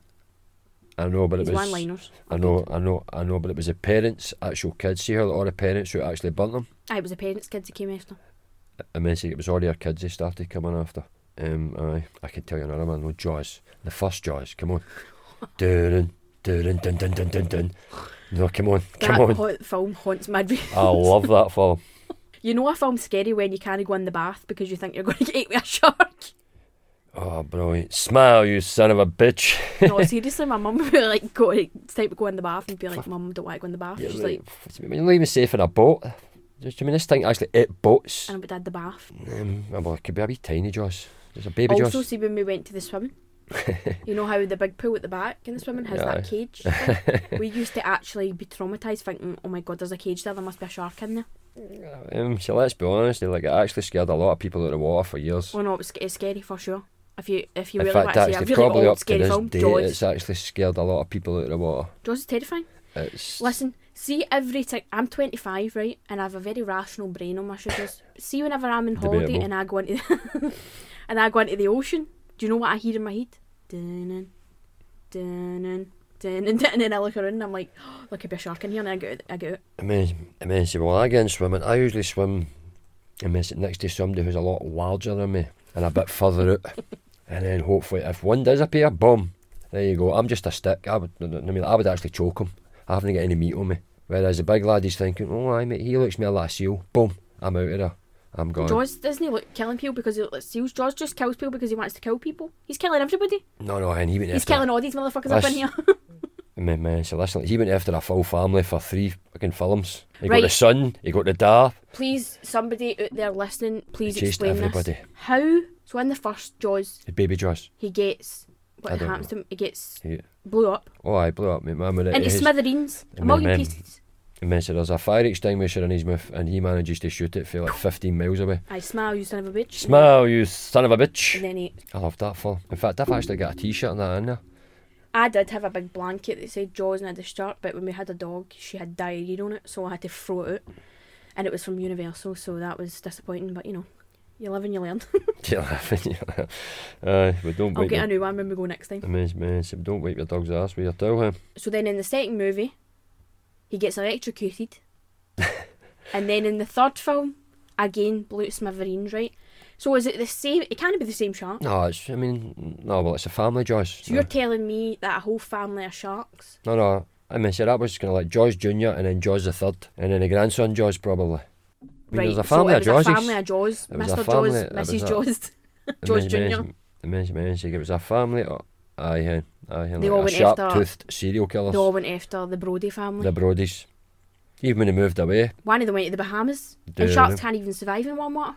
I know, but it
His
was.
one-liners.
I know, I know, I know, but it was the parents, actual kids. See how all the parents who actually burnt them.
Aye, Ah, it was the parents' kids that came after.
And then see, it was all your kids they started coming after. Um, aye, I can tell you another one. No Jaws, the first Jaws. Come on, dun dun dun dun dun dun dun. No, come on, come
that
on.
hau- film haunts my dreams.
I love that film.
You know a film's scary when you can't go in the bath because you think you're going to get ate by a shark.
Oh, brilliant! Smile, you son of a bitch.
no, seriously, my mum would be like, go, it's time to go in the bath and be like, mum, don't want to go in the bath.
Yeah,
Oh, She's
but
like,
f- I mean, you're not even safe in a boat. Do you mean this thing actually ate boats?
and we did the bath.
Um, well, it could be a wee tiny Jaws. There's a baby
also,
Jaws.
see when we went to the swimming, you know how the big pool at the back in the swimming has
Aye.
that cage? thing? we used to actually be traumatised thinking, oh my god, there's a cage there, there must be a shark in there.
Um, so let's be honest, they, like it actually scared a lot of people out of the water for years.
Oh no, it was, it's scary for sure. If you if you
In
really
fact,
want to see a really
actually, probably
old
up to
scary
this
film,
day,
Jaws.
it's actually scared a lot of people out of the water.
Jaws is terrifying.
It's
Listen, see every time I'm 25, right, and I have a very rational brain on my shoulders. see, whenever I'm in holiday
Debatable.
and I go into and I go into the ocean, do you know what I hear in my head? Dun dun dun and then I look around and I'm like, oh, there could be a shark in here, and I go, out- I go, out.
amazing. Amazing. Well, I get in swimming. I usually swim and sit next to somebody who's a lot larger than me and a bit further out. And then hopefully, if one does appear, boom, there you go. I'm just a stick. I would, I mean, I would actually choke him. I haven't got any meat on me. Whereas the big lad is thinking, oh, I mate, he looks me like a seal. Boom, I'm out of there. I'm gone.
Jaws doesn't he look killing people because he looks like seals. Jaws just kills people because he wants to kill people. He's killing everybody.
No, no, and he went
He's
after.
killing all these motherfuckers up in
That's-
here.
Man, man, so listen, he went after a full family for three fucking films. He got
Right.
the son, he got the dad,
please, somebody out there listening, please
He chased
explain this.
everybody.
How? So in the first Jaws,
the baby Josh.
he gets
I
what
don't
happens to him. He gets
Yeah.
blew up
Oh, I blew up, mate, man. with it.
into
His-
smithereens, a
Amen,
million
amen.
pieces.
Man, so there's a fire extinguisher in his mouth, and he manages to shoot it for like 15 miles away.
I smile, you son of a bitch.
Smile, you son of a bitch!
And then he,
I love that film. In fact, I've actually got a t shirt and that in there.
I did have a big blanket that said Jaws and I had a shirt, but when we had a dog, she had diarrhea on it, so I had to throw it out. And it was from Universal, so that was disappointing. But you know, you live and you learn.
You're laughing, you're laughing. Aye, but don't
I'll
wipe
get a
your.
new one when we go next time.
Man, man, so don't wipe your dog's ass with your towel, him.
So then in the second movie, he gets electrocuted. and then in the third film, again, blue smithereens, right? So is it the same? It can't be the same shark.
No, it's, I mean, no, well, it's a family, Josh.
So you're telling me that a whole family of sharks?
No, no. I mean, so that was kind of like Jaws Junior, and then Jaws the third, and then the grandson Jaws probably. I mean, there was a family
so
of
it was
Jawsies.
a family of Jaws,
It was a
Mr.
family-
Jaws,
it was
Mrs.
a-
Jaws, Jaws Junior.
Imagine, imagine, it was a family. Oh, aye, hen, aye, hen,
They all
like
went
a sharp
after-
toothed serial killers,
They all went after the Brody family.
the Brodies. Even when they moved away,
One of them went to the Bahamas,
Dude.
and sharks can't even survive in warm water.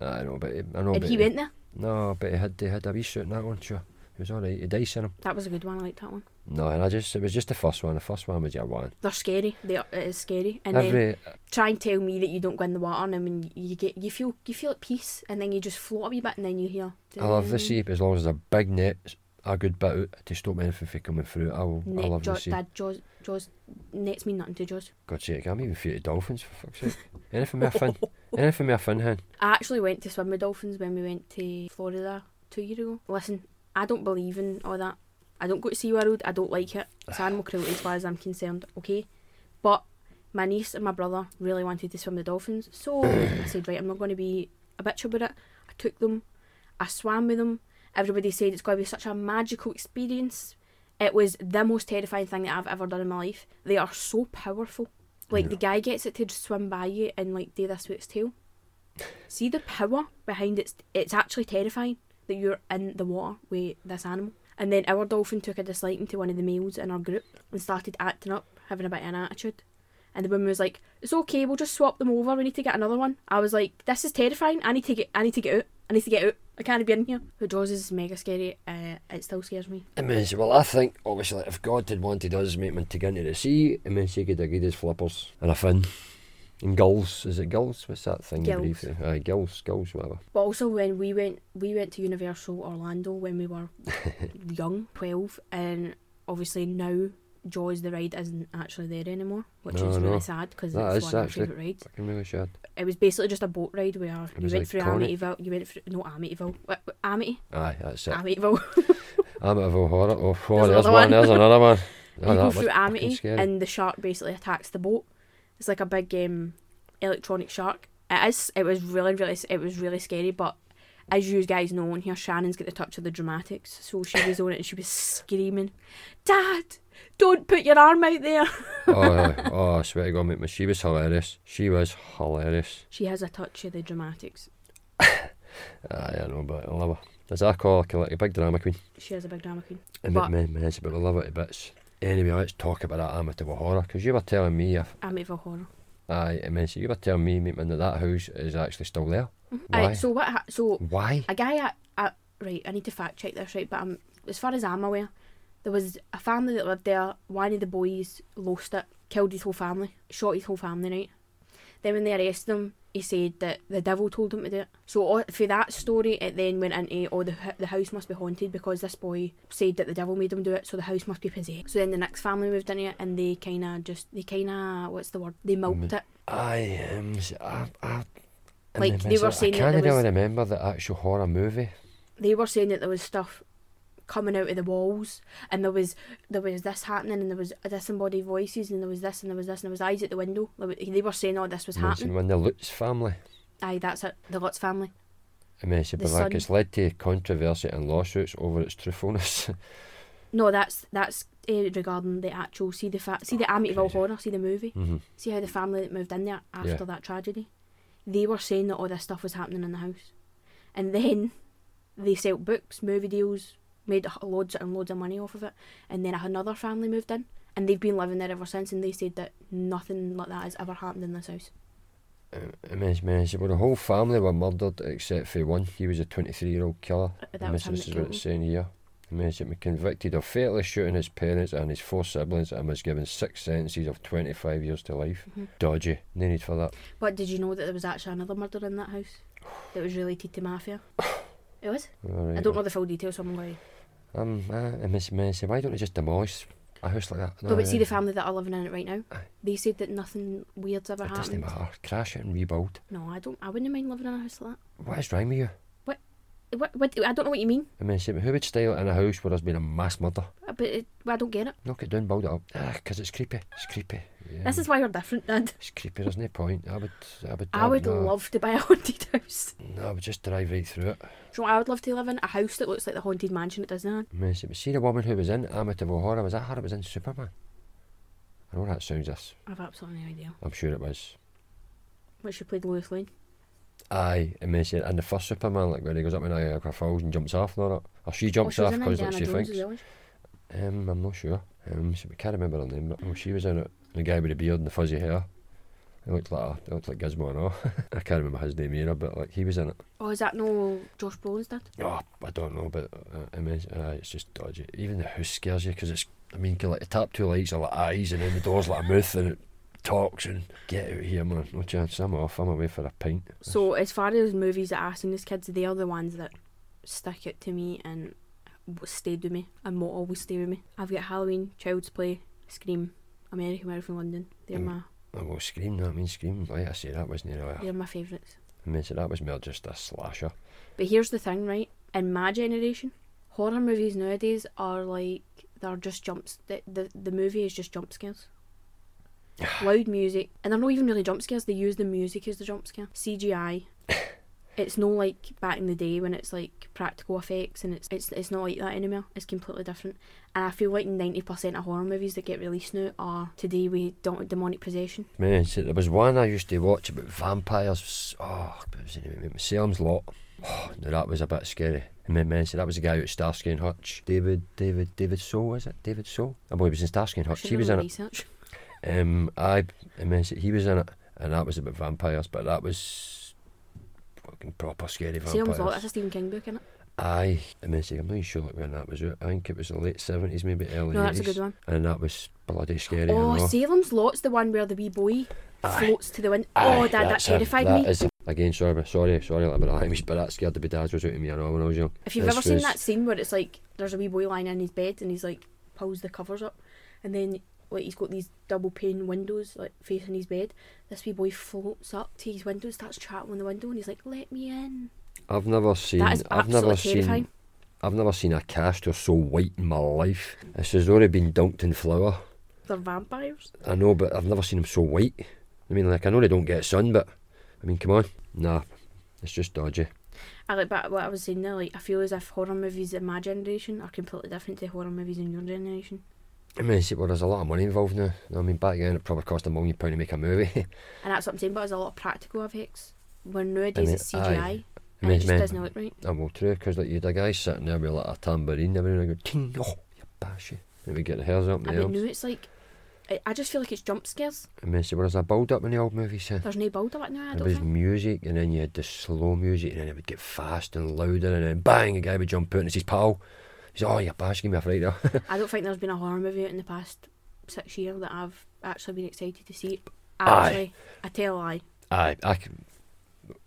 I know, but he, I know,
and
but
he went there.
No, but he had, he had a wee suit in that one, sure. He was alright. He dice in him.
That was a good one. I liked that one.
No, and I just, it was just the first one. The first one was your one.
They're scary. They are, it is scary. And then
Every,
try and tell me that you don't go in the water, and I mean you get you feel you feel at peace, and then you just float a wee bit, and then you hear.
I love the sea, but as long as there's a big net, a good bit out to stop anything from coming through, I, will, I
Net,
love
jaw,
the sea.
dad, jaws, jaws, nets mean nothing to jaws.
God's sake, I'm even afraid of dolphins, for fuck's sake. Anything with a fin. Anything with a fin, hen.
I actually went to swim with dolphins when we went to Florida two years ago. Listen, I don't believe in all that. I don't go to SeaWorld. I don't like it. It's animal cruelty as far as I'm concerned, okay? But my niece and my brother really wanted to swim with dolphins. So I said, right, I'm not going to be a bitch about it. I took them. I swam with them. Everybody said it's going to be such a magical experience. It was the most terrifying thing that I've ever done in my life. They are so powerful. Like, the guy gets it to just swim by you and, like, do this with its tail. See the power behind it's it's actually terrifying that you're in the water with this animal. And then our dolphin took a disliking to one of the males in our group and started acting up, having a bit of an attitude. And the woman was like, It's okay, we'll just swap them over, we need to get another one. I was like, This is terrifying, I need to get I need to get out. I need to get out. I can't be in here. But Jaws is mega scary. Uh, it still scares me.
Immense. Well, I think obviously if God had wanted us, mate, man, to go into the sea, immense he could have given us flippers and a fin. And gulls. Is it gulls? What's that thing you breathe
Gills.
through? Aye, gulls, gulls, whatever.
But also when we went, we went to Universal Orlando when we were young, twelve, and obviously now Jaws the ride isn't actually there anymore, which
No,
is
no.
really sad because
That
it's
is
one of my
actually-
favourite rides.
Fucking really shad.
It was basically just a boat ride where you
was
went through
iconic.
Amityville, you went through no Amityville, Wha- wha- Amity,
Aye, that's it.
Amityville.
I'm a horror. Oh, oh,
There's
there's,
another
one.
one.
There's another one. Oh,
you
that
go
was
through
fucking
Amity
scary.
and the shark basically attacks the boat. It's like a big um, electronic shark. It is. It was really, really. s- It was really scary. But as you guys know on here, Shannon's got the touch of the dramatics, so she was on it and she was screaming, "Dad, don't put your arm out there."
oh, aye. oh, I swear to God, mate, man, she was hilarious. She was hilarious.
She has a touch of the dramatics.
Aye, I know, but I love her. As I call her, like a big drama queen.
She has a big drama queen.
And
But-
but, man, man, but I love her to bits. Anyway, let's talk about that amateur horror, because you were telling me, if,
Amityville horror.
aye, I mean, so you were telling me, mate, man, that that house is actually still there. Why?
Right, Mm-hmm. so what? Ha- so
Why?
a guy at, at right, I need to fact check this right, but i as far as I'm aware, there was a family that lived there. One of the boys lost it, killed his whole family, shot his whole family. Right. Then when they arrested him, he said that the devil told him to do it. So all, for that story, it then went into oh the h- the house must be haunted because this boy said that the devil made him do it, so the house must be possessed. So then the next family moved in here and they kind of just they kind of what's the word they milked it.
I um, s- I, I, I
Like,
mean,
they
miss
were
it.
saying
I
that
can't
there
really
was-
remember the actual horror movie.
they were saying that there was stuff coming out of the walls and there was there was this happening and there was disembodied voices and there was this and there was this and there was eyes at the window There wa- they were saying all this was
Mentioned
happening
when the Lutz family.
aye that's it the Lutz family
I mean, so,
The
but like,
son.
it's led to controversy and lawsuits over its truthfulness.
no that's that's uh, regarding the actual see the fa- see the Amityville
Crazy.
horror see the movie
mm-hmm.
see how the family that moved in there after
Yeah.
that tragedy they were saying that all this stuff was happening in the house and then they sold books movie deals made h- loads and loads of money off of it and then another family moved in and they've been living there ever since and they said that nothing like that has ever happened in this house
I mean, I mean, so, well, the whole family were murdered except for one. He was a 23 year old killer.
Uh, that
And
was
this
him that
is what
killed
it's
him.
saying here. I mean, so, he was convicted of fatally shooting his parents and his four siblings and was given six sentences of 25 years to life.
Mhm.
Dodgy. No need for that.
but did you know that there was actually another murder in that house that was related to mafia it was
All right.
I don't know the full details so I'm like
Um, uh, I miss, miss, why don't they just demolish a house like that?
no, but see
eh,
the family that are living in it right now
Aye.
they said that nothing weird's ever
It doesn't
happened
matter. Crash it and rebuild.
no I don't I wouldn't mind living in a house like that
What is wrong with you?
What, what, I don't know what you mean,
I mean, so, who would style it in a house where there's been a mass murder?
but it, I don't get it.
Knock it down, build it up. Ah, 'cause it's creepy. It's creepy. Yeah.
This is why we're different, Dad.
It's creepy. There's no point. I would. I would.
I would
no.
love to buy a haunted house.
No, I would just drive right through it.
Do you know what I would love to live in? A house that looks like the Haunted Mansion at Disneyland.
I mean, so- see the woman who was in Amityville Horror. Was that her? It was in Superman. I know that sounds. This.
I've absolutely no idea.
I'm sure it was.
But she played Lois Lane.
Aye, I mean, so- and the first Superman, like when he goes up in Niagara Falls and jumps off, not it? Or she
Oh,
jumps
she was
off
in
because like, she
Indiana Jones
thinks.
as well.
Um, I'm not sure. Um, so we can't remember her name, but oh, she was in it. The guy with the beard and the fuzzy hair. It looked like it looked like Gizmo and all. I can't remember his name either, but like he was in it.
Oh, is that no Josh Brolin's dad?
Oh, I don't know, but uh, I mean, uh, it's just dodgy. Even the house scares you because it's. I mean, 'cause, like the top two lights are like eyes, and then the door's like a mouth, and it talks and get out of here, man. No chance. I'm off. I'm away for a pint.
So, as far as movies that I've seen as kids, they are the ones that stick it to me and w- stayed with me and will always stay with me. I've got Halloween, Child's Play, Scream, American Werewolf in London. They're
Mm.
my
I will scream. No, I mean scream. Like I say, that wasn't you know. I
they're my favourites.
mean, so that was more just a slasher.
But here's the thing, right? In my generation, horror movies nowadays are like they're just jumps. The the, the movie is just jump scares. Loud music, and they're not even really jump scares. They use the music as the jump scare. CGI. it's no like back in the day when it's like practical effects, and it's it's it's not like that anymore. It's completely different. And I feel like ninety percent of horror movies that get released now are today we don't demonic possession.
Man, so there was one I used to watch about vampires. Oh, what was the name of it? Selm's Lot. Oh, no, that was a bit scary. And then, man, so that was the guy out of Starsky and Hutch. David, David, David Soul, is it? David Soul? I believe he was in Starsky and Hutch.
Should've
He was
done
in
my
it.
research.
Um, I, and then so he was in it, and that was about vampires, but that was fucking proper scary
See almost all
vampires.
that's a Stephen King book, isn't it?
Aye, I mean, see, I'm not even sure like when that was out. I think it was the late seventies, maybe early
No, that's
eighties,
a good one.
and that was bloody scary.
Oh,
and raw.
Salem's Lot's the one where the wee boy
Aye.
floats to the wind.
Aye,
oh, Dad, that
that's a-
terrified
that
me.
is a- again, sorry, but- sorry, sorry about that, but that scared the bedazzles out of me. I know when I was young.
If you've
This
ever seen
was-
that scene where it's like there's a wee boy lying in his bed and he's like pulls the covers up, and then like he's got these double pane windows like facing his bed. This wee boy floats up to his window, starts chatting on the window, and he's like, "Let me in."
I've never seen.
That is
I've never
absolutely
seen.
terrifying.
I've never seen a castor so white in my life. This has already been dunked in flour.
They're vampires.
I know, but I've never seen them so white. I mean, like I know they don't get sun, but I mean, come on, nah, it's just dodgy.
I like, but what I was saying there, like I feel as if horror movies in my generation are completely different to horror movies in your generation.
I mean, see, well, there's a lot of money involved now. I mean, back then it probably cost a million pound to make a movie.
And that's what I'm saying, but there's a lot of practical effects. Where nowadays
mean,
it's
aye.
CGI,
I
and
mean,
it
it's
just
meant-
doesn't look right.
And well, true, because like you had a guy sitting there with like a tambourine, every now and go, ting, oh, you bash you. And we get the hairs up
I
and the
but no,
arms.
it's like, I, I just feel like it's jump scares.
I mean, see, well, there's a build up in the old movies, huh?
There's no build up now. I
There
don't
was
think.
music, and then you had the slow music, and then it would get fast and louder, and then bang, a guy would jump out and it's his pal. He's oh, you're bashing me, a fright there.
I don't think there's been a horror movie out in the past six years that I've actually been excited to see.
Aye.
Actually, I tell a lie.
Aye, I can.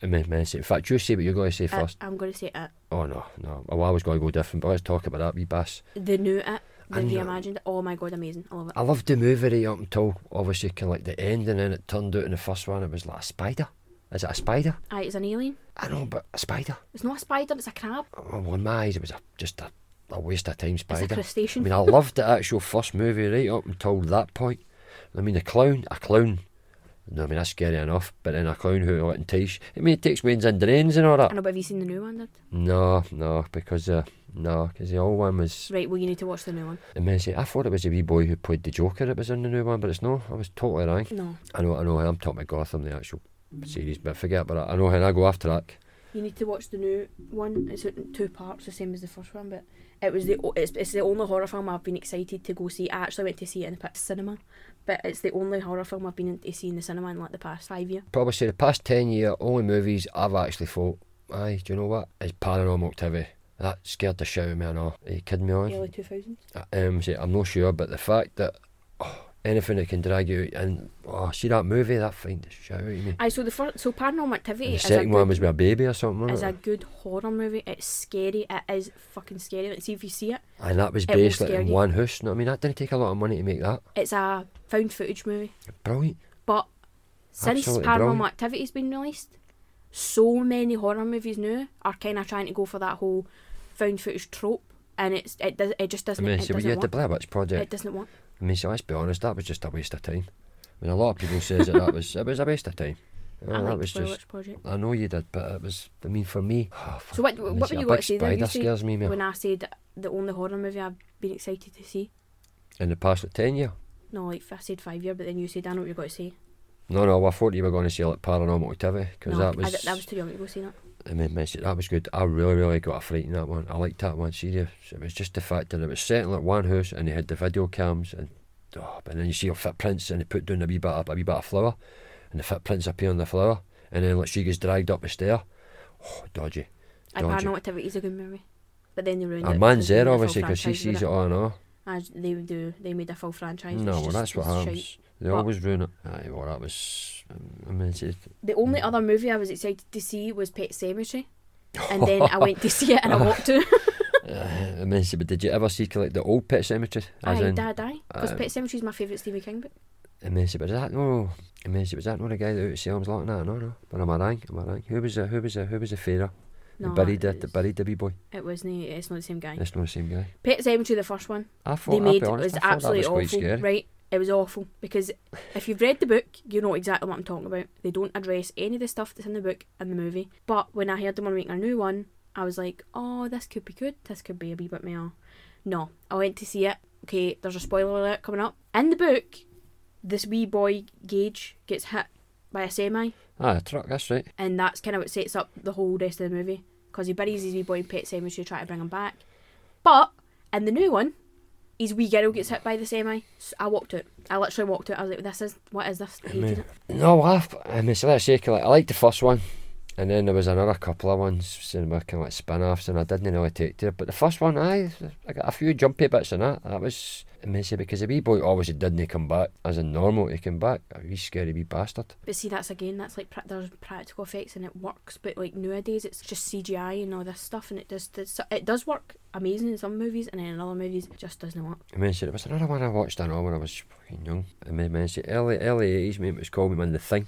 I mean, man, see- in fact, you say what you're going to say
It,
first.
I'm going to say it.
oh no, no. Well, I was going to go different, but let's talk about that, wee bass.
The new it, the
I know.
reimagined. it. Oh my god, amazing! I love it.
I loved the movie right up until obviously kind of like the end, and then it turned out in the first one it was like a spider. Is it a spider?
Aye, it's an alien.
I know, but a spider.
It's not a spider. It's a crab.
Well, in my eyes, it was a, just a, a waste of time
It's
spider.
a
I
crustacean.
mean, I loved the actual first movie right up until that point. I mean, a clown, a clown. No, I mean, that's scary enough, but then a clown who like, entice. I mean, it takes wins and drains and all
I
that.
know, but have you seen the new one? Dad?
No, no, because uh, no, because the old one was.
Right. Well, you need to watch the new one.
Immensely. I thought it was a wee boy who played the Joker. It was in the new one, but it's no. I was totally wrong.
No,
I know, I know. I'm talking about Gotham, the actual series, but forget about that. I know how I go after that.
you need to watch the new one. It's in two parts, the same as the first one, but. It was the o- it's, it's the only horror film I've been excited to go see. I actually went to see it in the p- cinema, but it's the only horror film I've been in to see in the cinema in like the past five years.
Probably say the past ten year only movies I've actually thought. Aye, do you know what? It's Paranormal Activity. That scared the shit out of me. I know. Are you kidding me on?
early 2000s.
um, see, I'm not sure, but the fact that oh, anything that can drag you out and oh, see that movie, that find the shit out of me.
Aye, so the first, so Paranormal
And
Activity
the
is a,
second
good,
one was with a baby or something,
is
wasn't
a
it?
good horror movie. It's scary. It is fucking scary. Like, see if you see it.
And that was
it will
based like,
scare
in
you.
one house. No, I mean, that didn't take a lot of money to make that.
It's a found footage movie.
Brilliant.
But since
Absolutely
Paranormal
brilliant.
Activity's been released, so many horror movies now are kind of trying to go for that whole found footage trope, and it's it does it just
I
doesn't
mean,
it
see, when you
doesn't
had the
work.
Blair Witch
It
Project,
doesn't work.
I mean, see, let's be honest, that was just a waste of time. I mean, a lot of people says that that was, it was a waste of time.
I
Uh,
like
that
the
was
Blair
just
Witch Project.
I know you did, but it was. I mean, for me. Oh, fuck,
So what-
I
what
mean,
were
see,
you
a
gonna
big
say there, you
Spider
see?
scares me, man.
When I said the only horror movie I've been excited to see,
In the past like, ten year.
no, like I said five year, but then you said I know what you're going to say.
No, no. I thought you were going to say like Paranormal Activity because
No,
that was.
I, that was too young to go see that.
I mean, mate, that was good. I really, really got a fright in that one. I liked that one. Serious. It was just the fact that it was set in like one house and they had the video cams and. Oh, but then you see your footprints and they put down a wee bit of, a wee bit of flour, and the footprints appear on the flour, and then like she gets dragged up the stair. Oh, dodgy.
I
dodgy.
Paranormal Activity is a good movie, but then they ruined it.
And man's
because
Uh, there
they made a
obviously
full
because she
franchise with
sees it all and all.
As they would do, they made a full franchise. which
No,
is
well,
just-
that's what
it's
happens.
shite.
They
But-
always ruin it. Aye, well, that was. uh, I mean, it's,
The only
Mm.
other movie I was excited to see was Pet Cemetery, and then I went to see it and I walked to.
uh, I mean, see, but did you ever see like the old Pet Cemetery? As
Aye,
in,
Dad, aye. Because
um,
Pet Cemetery is my favourite Stephen King book.
I mean, see, but is that no? I mean, see, was that not the guy that out of Salem's lot? No, no, no. But am I wrong? Am I wrong? Who was the who was the who was the fairer? who
No,
buried
it,
the buried the wee boy.
it wasn't. It's not the same guy.
It's not the same guy.
Pet Cemetery, the first one
I thought
they
I'll
made,
be
was
honest, I thought
absolutely
that was
awful.
quite scary.
Right, it was awful because if you've read the book, you know exactly what I'm talking about. They don't address any of the stuff that's in the book and the movie. But when I heard them were making a new one, I was like, oh, this could be good. This could be a wee bit more. No, I went to see it. Okay, there's a spoiler alert coming up. In the book, this wee boy Gage gets hit by a semi,
Ah, a truck. That's right.
and that's kind of what sets up the whole rest of the movie because he buries his wee boy in Pet Cemetery, try to bring him back. But in the new one, his wee girl gets hit by the semi. So I walked out. I literally walked out. I was like, "This is what is this?" I hated
mean-
it.
No, I. I mean, so let's say like, I liked the first one. And then there was another couple of ones in my kind of like spin-offs, and I didn't really take to it. But the first one, I I got a few jumpy bits in that. That was immensely because the wee boy obviously didn't come back as a normal. He came back a wee scary wee bastard.
But see, that's again, that's like pra- there's practical effects and it works. But like nowadays, it's just CGI and all this stuff, and it does it's, it does work amazing in some movies, and then in other movies, it just doesn't work.
I mean, so there was another one I watched. I know when I was fucking young. I mean, man, so early early eighties, mate, it was called me man the thing.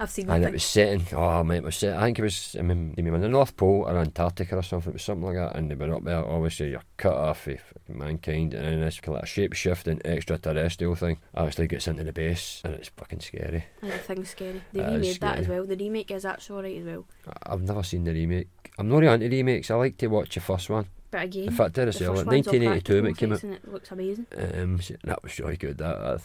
I've seen
And
that.
it was setting, oh mate, it was set. I think it was, I mean, they were in the North Pole or Antarctica or something, it was something like that. And they were up there, obviously, you're cut off of fucking mankind. And then this kind of shape shifting extraterrestrial thing obviously gets into the base and it's fucking scary.
And the thing's scary. They
That is
remade that as
scary.
well. The remake is actually alright as well.
I- I've never seen the remake. I'm not really into remakes, I like to watch the first one.
But again,
In fact, did I
the
say,
first
like
one's all
1982 when it
practical
came out.
effects and it looks amazing.
Um, so that was really good. That, that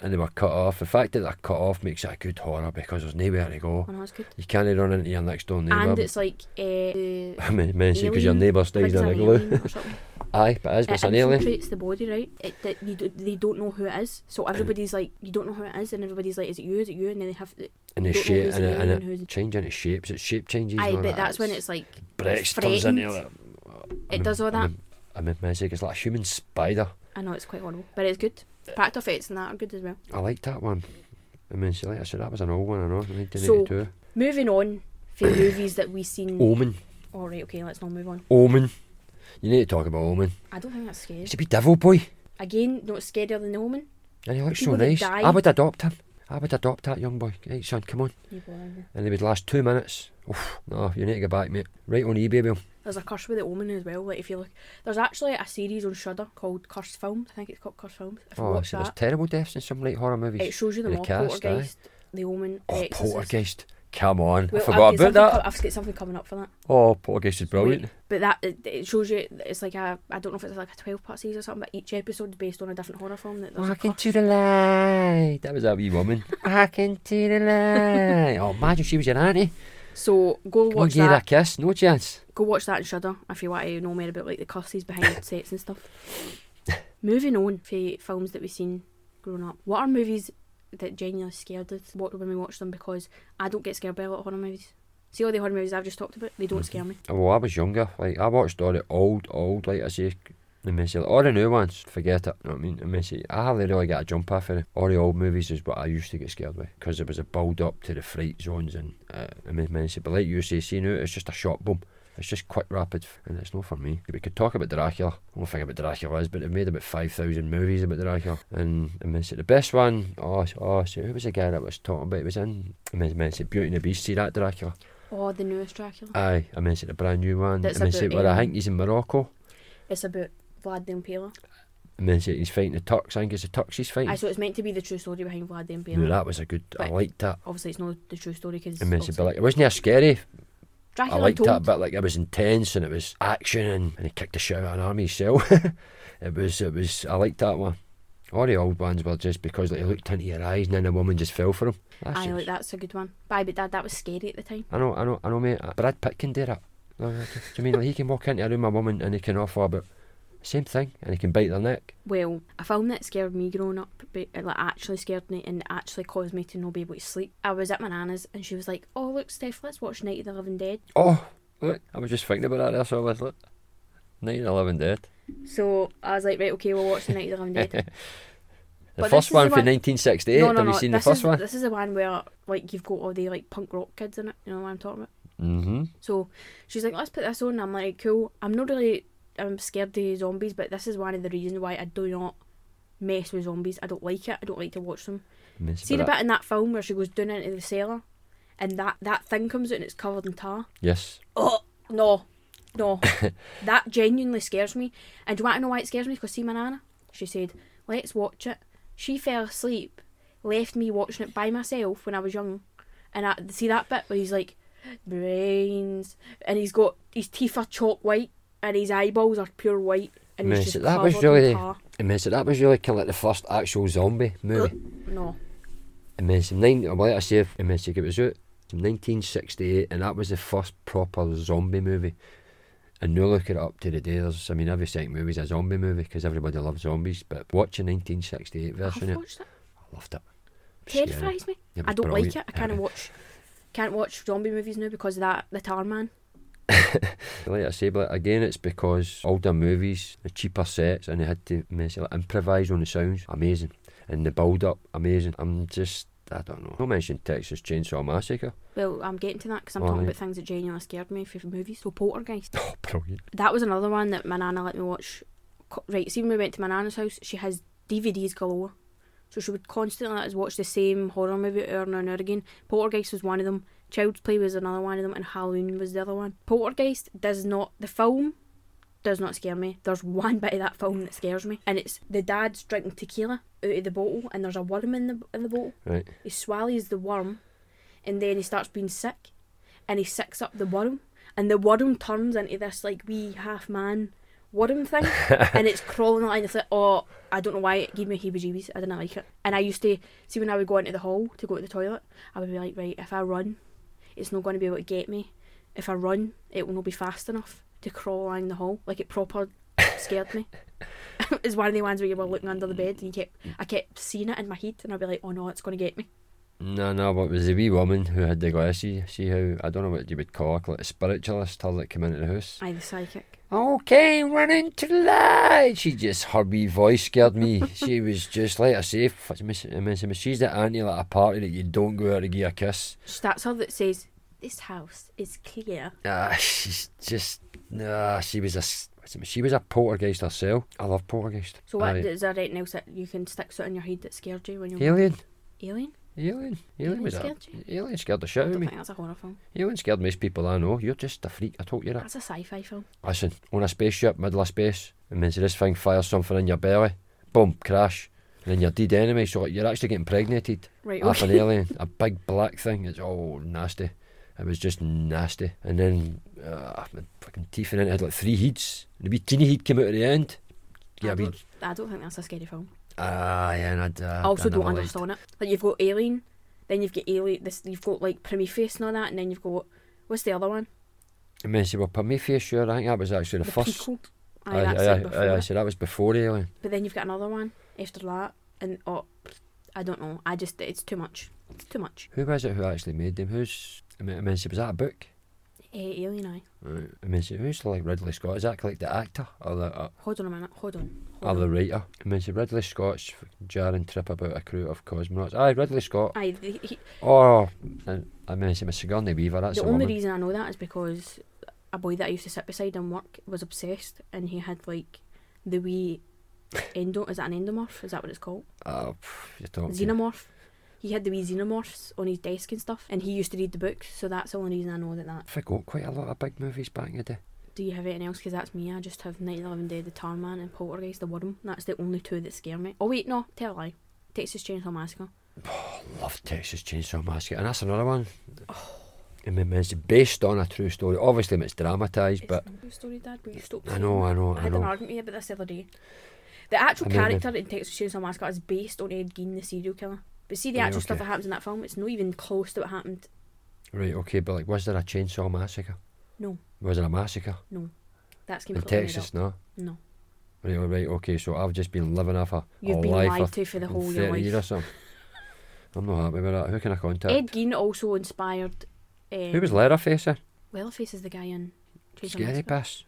and they were cut off. The fact that they're cut off makes it a good horror because there's nowhere to go.
Oh, no, it's good.
You can't run into your next door neighbour.
And it's like uh, the
I mean, because your
alien-
neighbour
I think
stays
it's an
in a glue.
alien or something.
Aye, but it is, but
It
it's an alien.
infiltrates the body, right? It, that you do, they don't know who it is, so everybody's like, you don't know who it is, and everybody's like, is it you? Is it you? And then they have.
and the
don't know
shape
who's
and it,
alien and
and
who's-
it change into shapes. It's shape changes.
Aye,
and all
but
that.
that's when it's
It's-
like
Brex turns into
threatened.
like,
It does all
I
that.
mean, I mean, man, it's like- it's like a human spider.
I know it's quite horrible, but it's good. Practical effects and that are good as well.
I liked that one. I mean, so like I said, that was an old one. I know, 1982.
So- Moving on from movies that we've seen.
Omen,
All right, okay, let's not move on.
Omen. You need to talk about Omen.
I don't think that's scary.
It's a wee devil boy,
Again, not scarier than the Omen.
and he looks so
people that
nice.
die-
I would adopt him. I would adopt that young boy. Hey, son, come on.
You go on, yeah.
And he would last two minutes. Oof, no, you need to go back, mate. Right on eBay, Bill.
There's a curse with the Omen as well. Like if you look, there's actually a series on Shudder called Cursed Films. I think it's called Cursed Films. If you
Oh,
watch
so there's
that,
terrible deaths in some late horror movies.
it shows you them
and
all.
the cast, aye.
Poltergeist, The Omen,
Oh,
The Exorcist.
Poltergeist. Come on.
Well,
I forgot
I've got
about that.
something co- I've got something coming up for that.
Oh, Poltergeist is brilliant.
Wait, but that it, it shows you it's like a I don't know if it's like a twelve part series or something, but each episode's based on a different horror film. That there's a
Walking
curse.
to the light. That was that wee woman. Walking to the light. Oh, imagine she was your auntie.
So go
Come on,
watch
give her a
that.
kiss. No chance.
Go watch that and Shudder if you want to know more about like the curses behind sets and stuff. Moving on for films that we've seen growing up. What are movies that genuinely scared us what, when we watch them? Because I don't get scared by a lot of horror movies. See all the horror movies I've just talked about, they don't scare me.
Oh, Well, I was younger. Like, I watched all the old, old, like I say, the messy, all the new ones. Forget it. You know what I mean? The messy. I hardly really got a jump off of it. All the old movies is what I used to get scared with because there was a build up to the fright zones and uh, I mean, messy. But like you say, see now, it's just a shot boom. It's just quick, rapid, and it's not for me. We could talk about Dracula. One thing about Dracula is, but they've made about 5,000 movies about Dracula. And I mean, so the best one, oh, oh so who was the guy that was talking about? It was in, I mean, I mean, so Beauty and the Beast, see that Dracula?
Oh, the newest Dracula.
Aye, I mentioned a brand new one.
That's
I mentioned
about,
where I
um,
think he's in Morocco.
It's about Vlad the Impaler.
I mentioned he's fighting the Turks. I think it's the Turks he's
Aye,
fighting.
so it's meant to be the true story behind Vlad the Impaler.
No, that was a good. I
Right.
liked that.
obviously it's not the true story because
I mentioned, but like it wasn't as scary. I
Dracula
liked that,
Untold.
but like it was intense and it was action and, and he kicked the shit out of an army cell. it was, it was. I liked that one. All the old ones were just because like, he looked into your eyes and then the woman just fell for him. That's
Aye,
just-
like that's a good one. But aye, but that that was scary at the time.
I know, I know, I know, mate. Brad Pitt can do that. Like, Do you mean like he can walk into a room a woman and he can offer about same thing and he can bite their neck?
Well, a film that scared me growing up, but it, like actually scared me and actually caused me to not be able to sleep. I was at my nana's and she was like, "Oh look, Steph, let's watch Night of the Living Dead."
Oh, look, I was just thinking about that. That's all I was like. Night of the Living Dead.
So I was like, "Right, okay, we'll watch the Night of the Living Dead."
The
But this
first
is the
one from
one-
1968. Have you seen the
this
first
is,
one?
This is the one where like you've got all the like punk rock kids in it. You know what I'm talking about?
Mm-hmm.
So she's like, "Let's put this on." I'm like, "Cool." I'm not really. I'm scared of zombies, but this is one of the reasons why I do not mess with zombies. I don't like it. I don't like to watch them. See the bit in that film where she goes down into the cellar, and that that thing comes out and it's covered in tar.
Yes.
Oh no, no, that genuinely scares me. And do you want to know why it scares me? Because see my nana, she said, "Let's watch it." She fell asleep, left me watching it by myself when I was young, and I see that bit where he's like, brains, and he's got his teeth are chalk white and his eyeballs are pure white, and he's
Miss
just
it. That was
covered in
really-
tar.
I mean, so that was really kind of like the first actual zombie movie.
No,
I mean, so nine, oh, well, like I say, I mean, so it was out in 1968, and that was the first proper zombie movie. And now look at it up to the day. There's, I mean, every second movie's a zombie movie because everybody loves zombies. But watch a 1968
I've
version. of it.
watched it.
I loved it. It was scary.
Terrifies me.
It
I
was
don't
brilliant.
like it. I can't watch Can't watch zombie movies now because of that, the Tar Man.
Like I say, but again, it's because older movies, the cheaper sets, and they had to mess like, improvise on the sounds. Amazing, and the build up, amazing. I'm just, I don't know. No mention Texas Chainsaw Massacre.
Well, I'm getting to that because I'm
Oh,
talking
right.
about things that genuinely scared me for movies. So Poltergeist.
Oh, brilliant!
That was another one that my nana let me watch. Co- Right, see when we went to my nana's house, she has DVDs galore. So she would constantly let us watch the same horror movie over and over again. Poltergeist was one of them. Child's Play was another one of them, and Halloween was the other one. Poltergeist does not the film does not scare me. There's one bit of that film that scares me, and it's the dad's drinking tequila out of the bottle, and there's a worm in the in the bottle.
Right,
He swallows the worm, and then he starts being sick, and he sicks up the worm, and the worm turns into this like wee half man worm thing, and it's crawling out. And it's like, oh, I don't know why it gave me heebie-jeebies. I didn't like it, and I used to see when I would go into the hall to go to the toilet, I would be like, right, if I run, it's not going to be able to get me. If I run, it will not be fast enough to crawl along the hall. Like it proper scared me. it's one of the ones where you were looking under the bed and you kept, I kept seeing it in my head, and I'd be like, oh no, it's going to get me.
no, no, but it was the wee woman who had the glasses. See how I don't know what you would call her, like a spiritualist, her that came into the house.
Aye, the psychic.
Okay, run into the light. She just her wee voice scared me. she was just like I say, f- miss- I mean, she's the auntie at a party that you don't go out to give a kiss.
Sh- That's her that says, This house is clear.
Ah, she's just nah. She was a s- what's it- she was a poltergeist herself. I love poltergeist.
So, what
Aye.
is there anything else that you can stick sort in your head that scared you when you were
Alien,
alien?
alien, alien
Alien
was a,
scared you?
alien scared the shit
I
out of
don't
me.
think that's a horror film.
Alien scared most people I know. You're just a freak. I told you that.
That's a sci fi film.
Listen, on a spaceship, middle of space, and then this thing fires something in your belly, boom, crash, and then you're dead anyway. So like, you're actually getting impregnated.
Right,
half an
okay.
alien, a big black thing. It's all nasty. It was just nasty. And then uh, my fucking teeth in it had like three heats. The wee teeny heat came out at the end. Yeah,
I,
I mean,
don't, I don't think that's a scary film.
ah, yeah, and I'd, uh,
I also
I never
don't
liked-
understand it. Like, you've got Alien, then you've got Alien, this, you've got like Prometheus and all that, and then you've got, what's the other one?
I mean, see, well, Prometheus, sure, I think that was actually the,
The
first.
Prequel. Aye, that's it before.
aye,
it.
so that was before Alien.
But then you've got another one after that, and oh, I don't know. I just, it's too much. It's too much.
Who was it who actually made them? Who's, I mean, I mean see, was that a book?
Eh, alien, aye.
Right. I mean, see, who's like Ridley Scott? Is that like the actor or the, uh,
Hold on a minute, hold on.
or
hold on.
the writer? I mean, see, Ridley Scott's jarring trip about a crew of cosmonauts. Aye, Ridley Scott.
Aye, the, he,
Oh, I, I mentioned Miss Sigourney Weaver. That's
the
the,
only
woman.
reason I know that is because a boy that I used to sit beside in work was obsessed, and he had like the wee endo. Is that an endomorph? Is that what it's called?
Ah, pff, you're talking.
Xenomorph. He had the wee xenomorphs on his desk and stuff, and he used to read the books. So that's the only reason I know that. That.
I forgot quite a lot of big movies back in the day.
Do you have anything else? Because that's me. I just have Night of the Living Dead, The Tar Man, and Poltergeist, The Worm. That's the only two that scare me. Oh wait, no, tell a lie. Texas Chainsaw Massacre.
Love Texas Chainsaw Massacre, and that's another one.
Oh.
I mean, it's based on a true story. Obviously, it's dramatised,
It's
but
not your story, Dad. Will you stop?
I
saying
know, I know,
I
I
had an
know.
argument about this the other day. The actual
I mean,
character in Texas Chainsaw Massacre is based on Ed Gein, the serial killer. But see the
Right,
actual stuff
okay.
that happens in that film, it's not even close to what happened.
Right, okay, but like, was there a chainsaw massacre?
No.
Was there a massacre
That's
in
completely made
Texas? No.
up. No,
Right, all right, okay. So I've just been living off a, a
you've been
life
lied
of
to for the whole your
thirty
life.
years or something. I'm not happy with that. Who can I contact?
Ed Gein also inspired. Um,
Who was Leatherface? eh?
Leatherface is the guy in Chainsaw
Scary
Massacre.
Pass.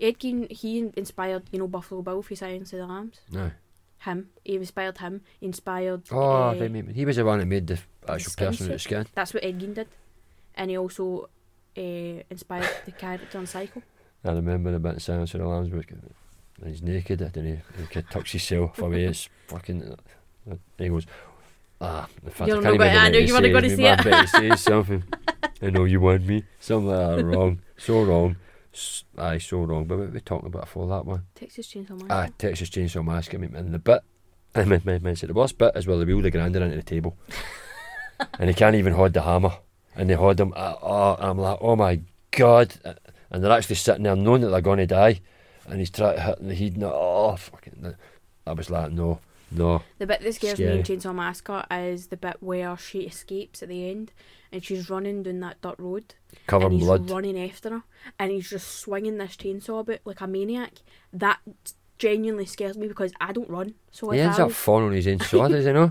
Ed Gein, he in- inspired you know Buffalo Bill for Silence of the Lambs.
No.
Him, he inspired him. Inspired.
Oh,
uh,
right, mate. He was the one that made the f- actual
skin
person with the skin.
That's what Ed Gein did, and he also uh, inspired the character on Psycho.
I remember the bit in Silence of the Lambs where he's naked, I don't know, the kid tucks himself away, it's fucking. and He goes, ah, in fact,
You're
I
not
can't
gonna-
remember
I
what
know
he
you weren't gonna
says,
say
mate,
it.
but I bet he says something. I know you want me. Something like that, wrong. So wrong. S- Aye, so wrong. But we- we're talking about for that one.
Texas Chainsaw Massacre.
Aye, Texas Chainsaw Massacre, mate, and the bit, I meant, meant, meant the worst bit is where they wheel the grander into the table. and he can't even hold the hammer. And they hold him, uh, oh, I'm like, oh my God. Uh, And they're actually sitting there knowing that they're going to die. And he's trying to hit the heat, and oh, fucking. I was like, no, no.
The bit that scares me in Chainsaw Massacre is the bit where she escapes at the end and she's running down that dirt road
Cover
and
in
he's
blood.
running after her and he's just swinging this chainsaw about like a maniac. That genuinely scares me because I don't run. So
He
if
ends
I
up
was,
falling on his own sword, does he know?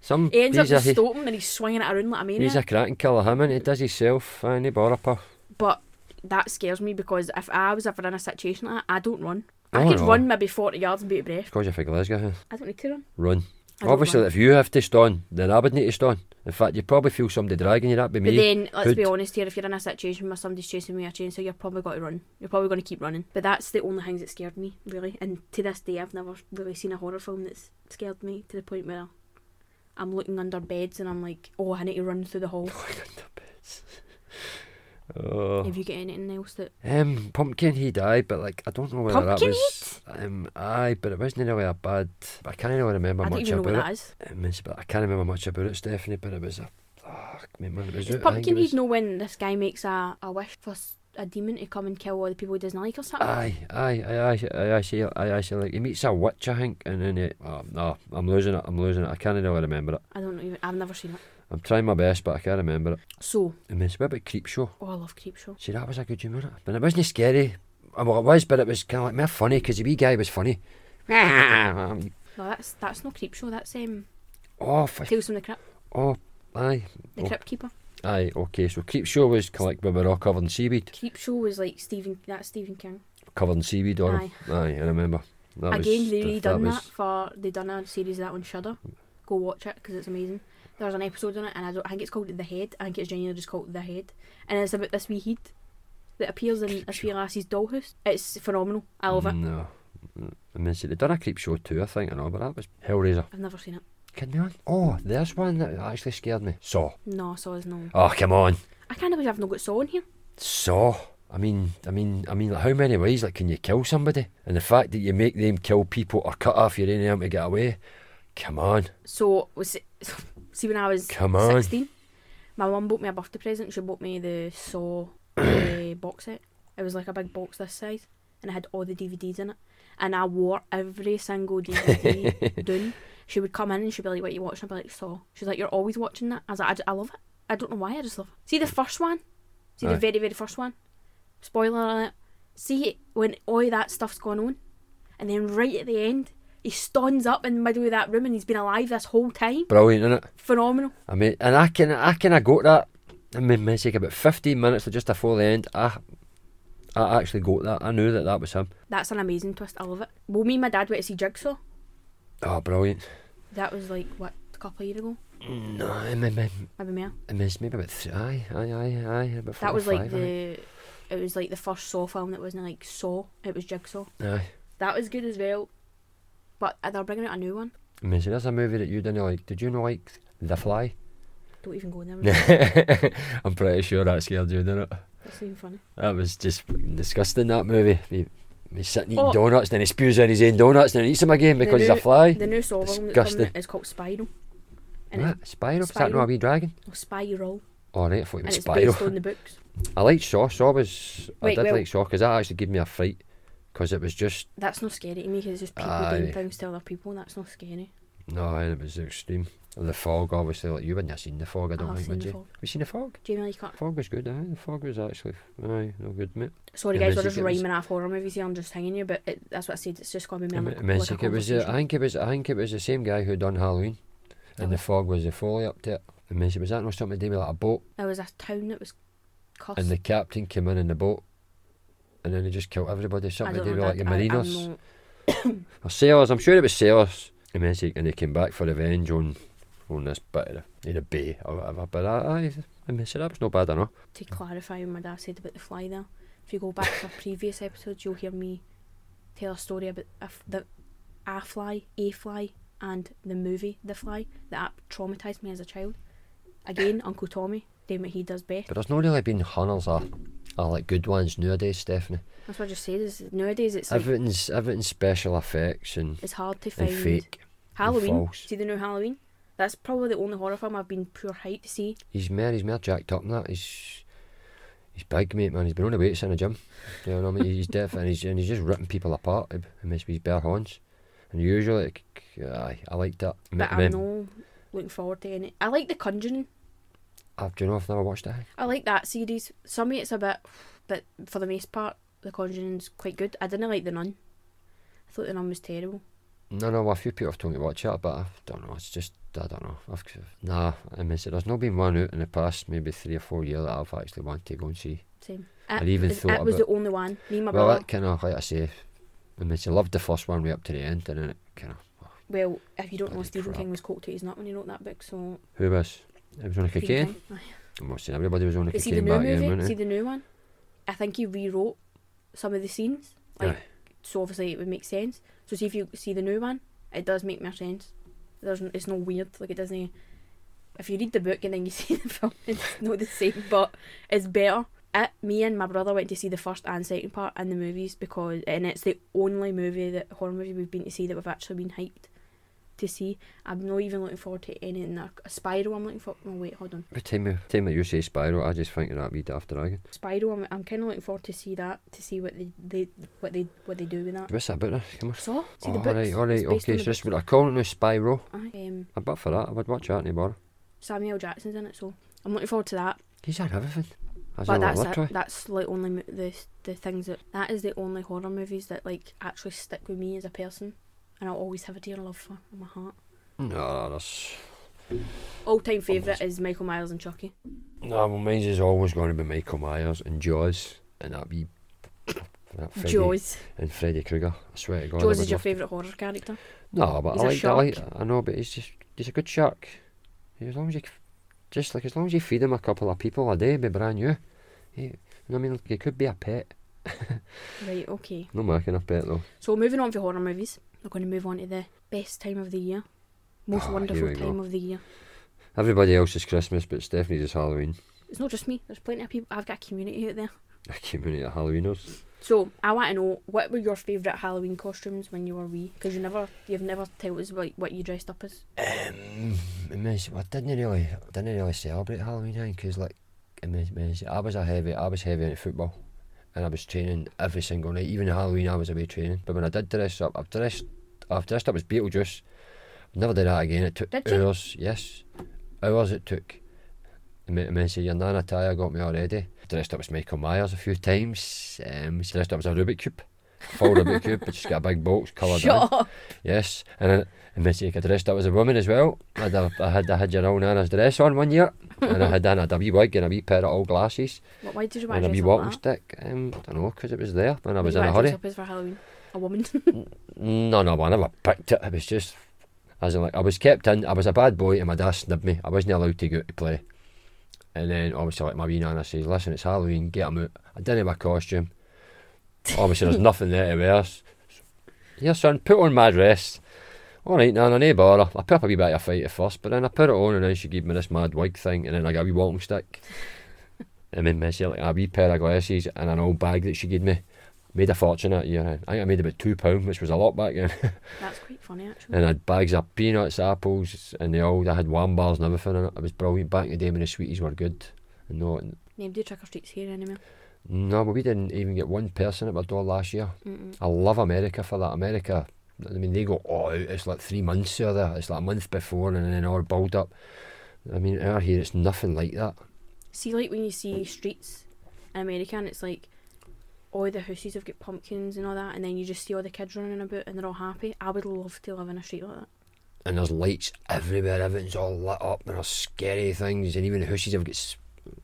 Some
He ends up
he's a,
just
he,
stopping and he's swinging it around like a maniac.
he's a cracking killer. Him and he does himself. And he bore up.
but that scares me because if I was ever in a situation like that, I don't run. I
No,
could
no.
run maybe 40 yards and be out of breath.
Because you're from Glasgow,
I don't need to run.
run.
I don't
Obviously,
run.
if you have to stun, then I would need to stun. In fact, you'd probably feel somebody dragging you. That'd be
But
me.
then, let's be
could-
honest here, if you're in a situation where somebody's chasing me a chainsaw, you're probably got to run. You're probably going to keep running. But that's the only things that scared me, really. And to this day, I've never really seen a horror film that's scared me to the point where I'm looking under beds and I'm like, oh, I need to run through the hall.
oh.
Have you got anything else that.
Um, pumpkin, he died, but like I don't know whether that
Pumpkin
was. Um, aye, but it wasn't really a bad. I can't really remember
I don't
much
even know
about
what
it.
that is.
Um, it's- but I can't remember much about it, Stephanie. But it was a. Fuck me, man, it was. I think
Pumpkin,
it was-
he'd know when this guy makes a, a wish for s- a demon to come and kill all the people he doesn't like or something.
Aye, aye, aye, aye, aye, aye, see, aye, aye, see, like he meets a witch, I think, and then he, oh, no, I'm losing it, I'm losing it. I can't really remember it.
I don't know. even- I've never seen it.
I'm trying my best, but I can't remember it.
So,
I mean, it's a bit about creep show. "Ah,
oh, I love Creepshow.
See, that was a good humour, but it wasn't scary. Uh, Well, it was, but it was kind of like more funny because the wee guy was funny. oh,
No, that's that's not Creepshow. That's um,
for,
Tales from the Crypt,
oh, aye,
the
Oh.
Crypt Keeper.
aye, okay. So creep show was kind of like when we were all covered in seaweed,
Creepshow was like Stephen. That's Stephen King.
covered in seaweed, or
Aye.
aye, I remember. That was
Again, they
the-
redone that,
was-
for they done a series of that on Shudder. Go watch it because it's amazing. There's an episode on it, and I, don't, I think it's called The Head. I think it's genuinely just called The Head, and it's about this wee head that appears in this wee lassie's dollhouse. It's phenomenal. I love it.
Mm, No. I mean, see, they done a creep show too, I think, and all, but that was Hellraiser.
I've never seen it.
Can they? Oh, there's one that actually scared me. Saw.
No, Saw is no.
Oh, come on.
I can't believe I've not got Saw in here.
Saw. I mean, I mean, I mean, like, how many ways like can you kill somebody? And the fact that you make them kill people or cut off your arm to get away. Come on.
So was it, see when I was
Come on.
sixteen, my mum bought me a birthday present. She bought me the Saw uh, box set. It was like a big box this size, and it had all the DVDs in it. And I wore every single DVD down. She would come in and she'd be like, "What are you watching?" I'd be like, "Saw." She's like, "You're always watching that." I was like, "I, d- I love it. I don't know why. I just love it." See the first one. See the
Aye.
very very first one. Spoiler alert. See when all that stuff's going on, and then right at the end. He stuns up in the middle of that room and he's been alive this whole time.
Brilliant, innit?
Phenomenal.
I mean, and I can, I can, I got that. I mean, it's like about 15 minutes just before the end. I, I actually got that. I knew that that was him.
That's an amazing twist. I love it. Well, me and my dad went to see Jigsaw.
Oh, brilliant.
That was like what a couple of years ago,
No, I mean,
maybe more.
I mean, it's maybe about three. Aye, aye, aye, aye. About four
That
or
was like
five, I think.
the. It was like the first Saw film that wasn't like Saw. It was Jigsaw.
Aye.
That was good as well. But uh, they're bringing out a new one.
I mean, so that's a movie that you didn't like. Did you not like The Fly?
Don't even go there. Mm.
I'm pretty sure that scared you, didn't it?
That's not even funny.
That was just fucking disgusting, that movie. He, he's sitting eating
Oh.
donuts, then he spews out his own donuts, then he eats them again because he's a
new-
fly.
The new Saw film that's coming
Disgusting.
out is called Spiral. And it's
What? Spiral? Is that not a
Spiral.
wee dragon?
no, Spiral.
Oh, right, I thought it
And
was
it's
Spiral.
based on the books.
I liked Saw. Saw was.
Wait,
I did
well-
like Saw because that actually gave me a fright. Because it was just.
That's not scary to me because it's just people
Aye.
doing things to other people. and That's not scary.
No, and it was extreme. And the fog, obviously, like you wouldn't have seen the fog, I
I
don't
have Oh,
think,
seen
would
the
you?
fog.
Have you seen the fog?
Jamie Lee Curtis.
Fog was good, aye. The fog was actually. Aye, no good, mate.
Sorry,
Yeah,
guys, we're
Magic
just
it was-
rhyming off horror movies here. I'm just hanging you, but it, that's what I said. It's just going to be
I
me.
mean,
like,
I mean,
like a
it was. uh, I
conversation.
think it was. I think it was the same guy who done Halloween, and
Oh.
the fog was the folly up to it. I mean, was that not something to do with like a boat?
There was a town that was cussed.
And the captain came in in the boat, and then they just killed everybody.
I
Something to
don't
do with
know,
like
Dad,
the
I- I'm
marinos
not-
or sailors. I'm sure it was sailors. I mean, see, and they came back for revenge on on this bit of the, in the bay or whatever. But I, I, I mean, see, that was no bad at all.
to clarify what my dad said about the fly there, if you go back to previous episodes, you'll hear me tell a story about a f- the a fly, a fly, and the movie The Fly that traumatized me as a child. Again, Uncle Tommy doing what he does best.
But there's not really been hunters or, or like good ones nowadays, Stephanie.
That's what I just said. Is nowadays it's like,
Everything's everything's special effects and,
it's hard to
and
find.
fake.
Halloween.
false.
See the new Halloween? That's probably the only horror film I've been pure hype to see.
He's mad, he's mad jacked up and that. He's he's big, mate, man. He's been on the weights in the gym. You know what I mean? He's deaf and he's, and he's just ripping people apart. He he must be his bare horns. And usually, like, aye, I like that. M-
But
men-
I'm no looking forward to any. I like The Conjuring.
I, do you know I've never watched it? eh?
I like that series. Some of it's a bit, but for the most part, The Conjuring's quite good. I didn't like The Nun. I thought The Nun was terrible.
No, no, a few people have told me to watch it, but I don't know. It's just, I don't know. I've, nah, I mean, so there's not been one out in the past maybe three or four years that I've actually wanted to go and see.
Same.
I even
it,
thought
it was
about-
the only one. Me and my
well,
brother.
that kind of, like I say, I mean, so I loved the first one way up to the end, and then it kind of,
Well, if you don't know,
Bloody
Stephen
crap.
King was coked to his nut when he wrote that book. So
who was? It was on a
Stephen
cocaine.
King. Aye.
I'm not saying everybody was on a
But see the
cocaine
new
back then,
movie.
wasn't
See
it?
the new one. I think he rewrote some of the scenes. Like, so obviously it would make sense. So see if you see the new one, it does make more sense. There's n- it's no weird like it doesn't. If you read the book and then you see the film, it's not the same, but it's better. It, me and my brother went to see the first and second part in the movies because, and it's the only movie that horror movie we've been to see that we've actually been hyped to see. I'm not even looking forward to any. in there. A Spiral, I'm looking for. No, wait, hold on.
Every time, you- time that you say Spiral, I just think of that wee Daft Dragon.
Spyro, I'm, I'm kind of looking forward to see that to see what they, they what they what they do with that.
What's that about there? Come on.
So see the
Oh,
books.
right, all right,
it's based
okay,
on
so
the
this what I call it now, Spyro.
books. Aye, um,
I bet for that, I would watch that anymore.
Samuel Jackson's in it, so I'm looking forward to that.
He's on everything. As
but
in, like,
that's
literally.
it. That's like only mo- the the things that that is the only horror movies that like actually stick with me as a person, and I'll always have a dear love for in my heart.
No, that's.
All time favorite is Michael Myers and Chucky.
No, well, mine's is always going to be Michael Myers and Jaws and that wee. That Freddy
Jaws.
And Freddy Krueger. I swear to God. Oh, I
Jaws
would
is your
love-
favorite horror character.
No, but
He's
I
a
like, I like. I know, but he's just. He's a good shark. As long as you. c- Just like as long as you feed him a couple of people a day, it'd be brand new. He, you know what I mean? He could be a pet.
Right. Okay.
No marking a pet though.
So moving on to horror movies, we're going to move on to the best time of the year, most
Ah, here
wonderful
we go.
time of the year.
Everybody else is Christmas, but Stephanie's is Halloween.
It's not just me. There's plenty of people. I've got a community out there.
A community of Halloweeners.
So I want to know what were your favourite Halloween costumes when you were wee? Because you never, you've never told us what, what you dressed up as.
Um, I mean, I didn't really, I didn't really celebrate Halloween time because, like, I mean, I mean, I was a heavy, I was heavy into football, and I was training every single night. Even Halloween, I was away training. But when I did dress up, I've dressed, I've dressed up as Beetlejuice. I've never did that again. It took
Did you?
hours. Yes, hours it took. I mean, I mean, so your nana Taya got me already. Dressed up as Michael Myers a few times. Um, she dressed up as a Rubik cube, full Rubik cube, but she's got a big box coloured. in.
Shut up.
Yes, and then I must say, I could dressed up as a woman as well. I'd have, I had I had your own Anna's dress on one year, and I had on a wee wig and a wee pair of old glasses
What, why did you want
and a
to
wee
dress
walking
up like that?
stick. Um, I don't know, 'cause it was there and I
What
was
did you
in a
want to dress
hurry.
up as for Halloween? A woman.
No, no, I never picked it. It was just, as in, like, I was kept in. I was a bad boy, and my dad snubbed me. I wasn't allowed to go out to play. And then obviously, like my wee nana says, "Listen, it's Halloween. Get 'em out." I didn't have a costume. Obviously, there's nothing there to wear. S- Here, son, put on my dress. All right, nana, no bother. I put up a wee bit of a fight at first, but then I put it on, and then she gave me this mad wig thing, and then I got a wee walking stick. And then messy like a wee pair of glasses and an old bag that she gave me. Made a fortune that year. I think I made about two pound, which was a lot back then.
That's quite funny actually.
and I had bags of peanuts, apples, and the old. I had wham bars and everything. In it. it was brilliant back in the day when the sweeties were good. And no,
Name do trick or treats here anymore.
no, but we didn't even get one person at my door last year.
Mm-mm.
I love America for that. America, I mean, they go all out. It's like three months or there. It's like a month before, and then all build up. I mean, out here it's nothing like that.
See, like when you see streets in America, and it's like all the houses have got pumpkins and all that, and then you just see all the kids running about and they're all happy. I would love to live in a street like that.
and there's lights everywhere. Everything's all lit up, and there's scary things, and even the houses have got, s-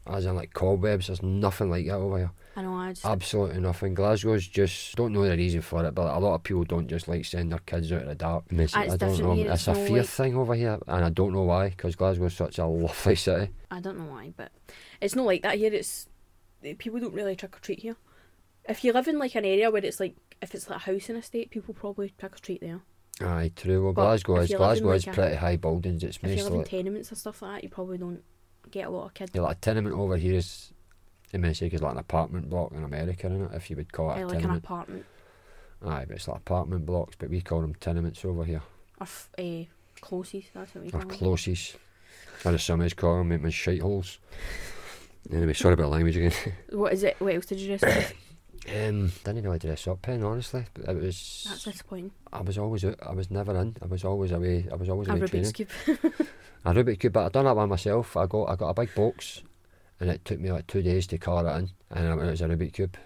as in like cobwebs. There's nothing like that over here.
I know. I just
Absolutely nothing. Glasgow's just don't know the reason for it, but a lot of people don't just like send their kids out in the dark. I, mean, it's-
Ah, it's
I don't
different
know.
here,
It's
it's
a
no
fear
like-
thing over here, and I don't know why, because Glasgow's such a lovely city.
I don't know why, but it's not like that here. It's people don't really trick or treat here. If you live in like an area where it's like if it's like a house in a state, people probably trick or treat there.
Aye, true. Well,
But
Glasgow
if
is
you live in,
Glasgow is
like, a-
pretty high buildings. It's
If you live
mostly
in
like,
tenements and stuff like that, you probably don't get a lot of kids.
yeah, like a tenement over here is. I mean, it's like it's like an apartment block in America, is it? If you would call it
eh,
a
like an
tenement.
apartment
Aye, but it's like apartment blocks, but we call them tenements over here.
or f- uh, closes. That's what we call
Or
it.
closes. Or as some is call them, it was shite holes. Anyway, sorry about language again.
What is it? What else did you dress up? as?
Um, didn't really dress up, pen, honestly. But it
That's
was.
disappointing.
I was always out. I was never in. I was always away. I was always
A
away
Rubik's
training.
cube.
I Rubik cube, but I done that by myself. I got I got a big box, and it took me like two days to car it in, and it was a Rubik cube.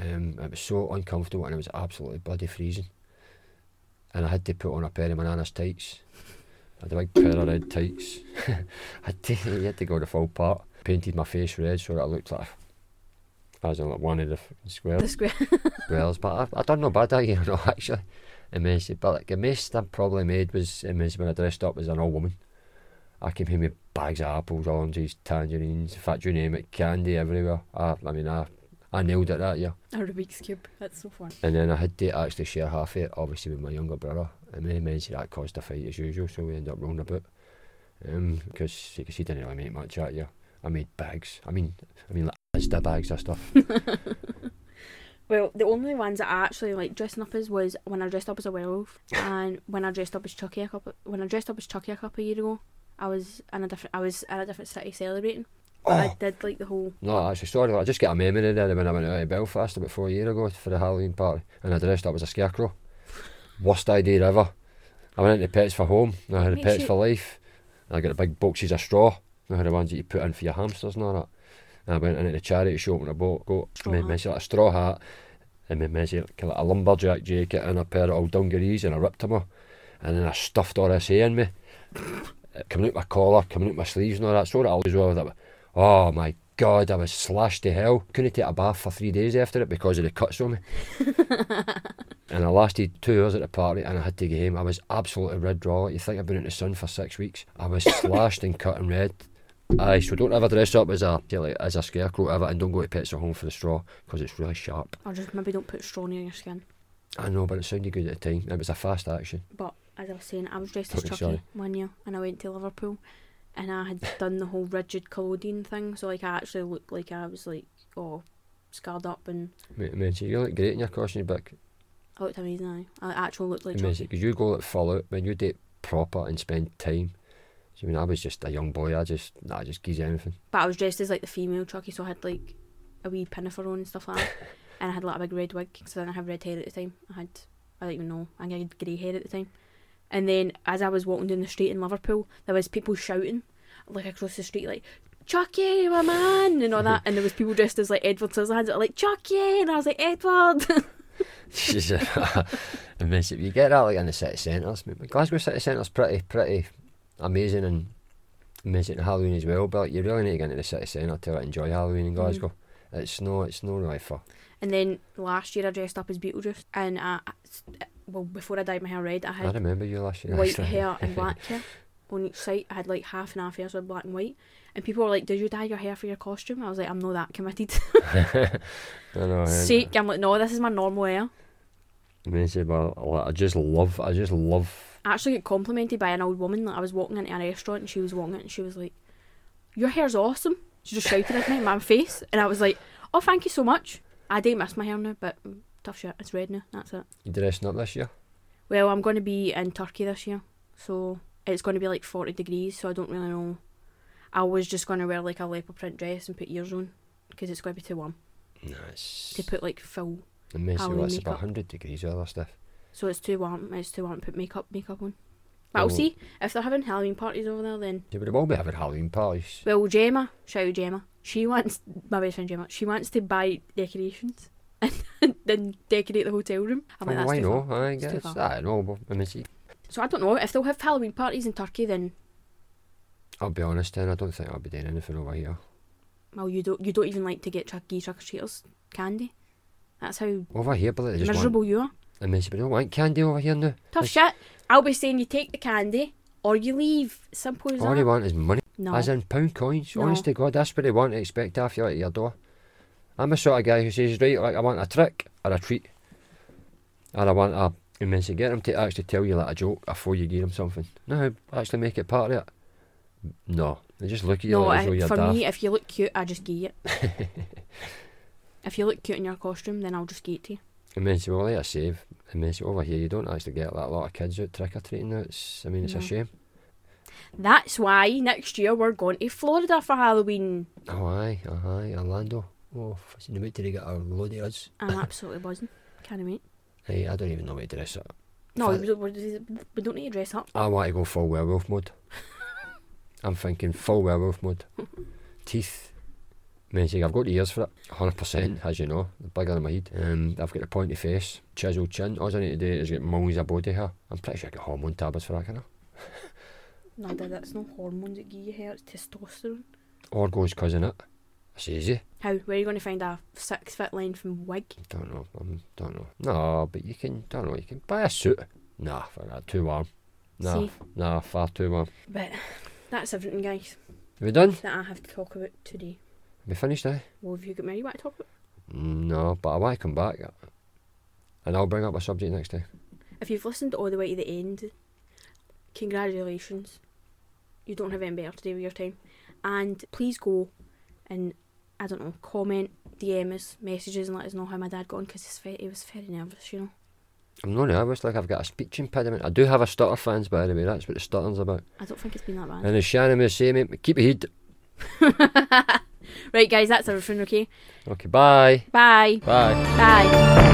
Um, it was so uncomfortable, and it was absolutely bloody freezing. and I had to put on a pair of my nana's tights. I had a big pair of red tights. I had to, you had to go the full part. Painted my face red so that I looked like I was in like one of the f- square
The square.
squares. But I, I done no bad that year, no, actually. Immensely. But like, the most I probably made was immensely when I dressed up as an old woman. I came home with bags of apples, oranges, tangerines, in fact, you name it, candy everywhere. I, I mean, I, I nailed it that year.
A Rubik's Cube. That's so fun.
And then I had to actually share half of it, obviously, with my younger brother. And many men said that caused a fight as usual, so we ended up rolling about. Because you can see, didn't really make much out of you. I made bags. I mean, I mean, like, Asda bags of stuff.
Well, the only ones that I actually like dressing up as was when I dressed up as a werewolf and when I dressed up as Chucky a couple when I dressed up as Chucky a couple of years ago. I was in a different I was in a different city celebrating. But
Oh.
I did like the whole
No, actually, sorry, I just get a memory there when I went out to Belfast about four years ago for the Halloween party and I dressed up as a scarecrow. Worst idea ever. I went into Pets for Home and I had a
Makes
Pets
you-
for Life and I got the big boxes of straw and I had the ones that you put in for your hamsters and all that. And I went into the charity shop and I bought got
Straw
made
hat.
myself a straw hat and made myself like a lumberjack jacket and a pair of old dungarees and I ripped them off and then I stuffed all this hair in me. uh, coming out my collar, coming out my sleeves and all that sort of as well. That, oh my god, I was slashed to hell. Couldn't take a bath for three days after it because of the cuts on me. and I lasted two hours at the party and I had to get home. I was absolutely red raw. You think I've been in the sun for six weeks. I was slashed and cut and red. Aye, so Uh, don't ever dress up as a say, like, as a scarecrow ever, and don't go to Pets at Home for the straw because it's really sharp.
or just maybe don't put straw near your skin.
I know, but it sounded good at the time. It was a fast action.
But as I was saying, I was dressed as
Totally
Chucky
sorry.
one year and I went to Liverpool and I had done the whole rigid collodion thing, so like I actually looked like I was like all scarred up and
Mate, mate, you look great in your costume, but
I looked amazing. I, I actually looked like Chucky.
Amazing, because you go like full out when you date proper and spend time. I mean, I was just a young boy. I just, nah, I just gives you anything.
But I was dressed as like the female Chucky, so I had like a wee pinafore on and stuff like that. and I had like a big red wig because I didn't have red hair at the time. I had, I don't even know, I think I had grey hair at the time. And then as I was walking down the street in Liverpool, there was people shouting like across the street, like Chucky, my man, and all that. And there was people dressed as like Edward Scissorhands, like Chucky, and I was like Edward.
Amazing. You get that like in the city centres. I mean, Glasgow city centre's pretty, pretty amazing and amazing at Halloween as well. But like, you really need to get into the city centre to like, enjoy Halloween in Glasgow. It's no, it's no really for.
and then last year I dressed up as Beetlejuice, and I, well before I dyed my hair red, I
I
had
remember you last year.
white
actually.
hair and black hair on each side. I had like half and half hair, so black and white. And people were like, "Did you dye your hair for your costume?" I was like, "I'm not that committed."
I know. I-
Sick. I'm like, "No, this is my normal hair."
Amazing, but like, I just love, I just love.
I actually got complimented by an old woman. Like, I was walking into a restaurant and she was walking, and she was like, "Your hair's awesome." She just shouted at me in my face, and I was like, "Oh, thank you so much." I do miss my hair now, but mm, tough shit. It's red now. That's it.
You dressing up this year?
Well, I'm going to be in Turkey this year, so it's going to be like 40 degrees, so I don't really know. I was just going to wear like a leopard print dress and put ears on because it's going to be too warm
Nice.
to put like full.
Amazing. Well,
Halloween
it's about
makeup.
100 degrees, all that stuff.
So it's too warm. It's too warm to put makeup makeup on. But I'll
Oh.
see if they're having Halloween parties over there. Then
Yeah, but it will be having Halloween parties.
well, Gemma, shout out Gemma. She wants my best friend Gemma. She wants to buy decorations and then decorate the hotel room. I'm like,
Well,
that's
Oh, why
too far."
not? I
It's too
guess.
far.
I know. But, I mean, see,
So I don't know if they'll have Halloween parties in Turkey. Then
I'll be honest then, I don't think I'll be doing anything over here.
well, you don't you don't even like to get trick trick or treaters candy. That's how
Over here, but they just
miserable you are.
want. I mean, see, but they don't want candy over here now.
Tough
It's-
shit. I'll be saying you take the candy or you leave. Simple as
All they
that.
want is money,
No.
as in pound coins.
No.
Honest to God, that's what they want to expect after you out your door. I'm the sort of guy who says, right, like, I want a trick or a treat. Or I want a. I mean, see, get them to actually tell you like a joke before you give them something. No, actually make it part of it. No, they just look at you
no,
like as though
I,
you're
for
daft.
me, if you look cute, I just gee it. if you look cute in your costume, then I'll just gee it to you.
I mean, so well, like I save. I mean, so over "Oh, here you don't actually get that lot of kids out trick or treating. Now it's, I mean, it's
No.
a shame.
That's why next year we're going to Florida for Halloween.
Oh aye, oh, aye, Orlando. Oh, f- it's in the wait till they get a load of us.
I'm absolutely buzzing. Can't wait.
Aye, I don't even know what to dress up.
No,
Fan-
we don't, we don't need to dress up.
I want to go full werewolf mode. I'm thinking full werewolf mode. Teeth, Man, see, I've got ears for it, 100%, as you know, the bigger than my head. Um, I've got a pointy face, chiselled chin. All I need to do is get millions of body hair. I'm pretty sure I get hormone tablets for that, can I?
No, Dad, that's not hormones that give you hair, it's testosterone.
Or goes cousin it. It's easy.
How? Where are you going to find a six foot length from wig?
Don't know. I don't know. No, but you can, don't know, you can buy a suit. Nah, for that, too warm. Nah,
See?
nah, far too warm.
But that's everything, guys,
We done?
that I have to talk about today.
We finished, eh?
Well, have you got more you want to talk about?
No, but I might come back. And I'll bring up a subject next time.
If you've listened all the way to the end, congratulations. You don't have any better to do with your time. And please go and, I don't know, comment, DM us, messages, and let us know how my dad got on because he was very nervous, you know.
I'm not nervous, like I've got a speech impediment. I do have a stutter, fans, by the way. That's what the stuttering's about.
I don't think it's been that bad.
And as Shannon was saying, mate, keep your head.
right, guys, that's everything, okay?
Okay, bye.
Bye.
Bye.
Bye.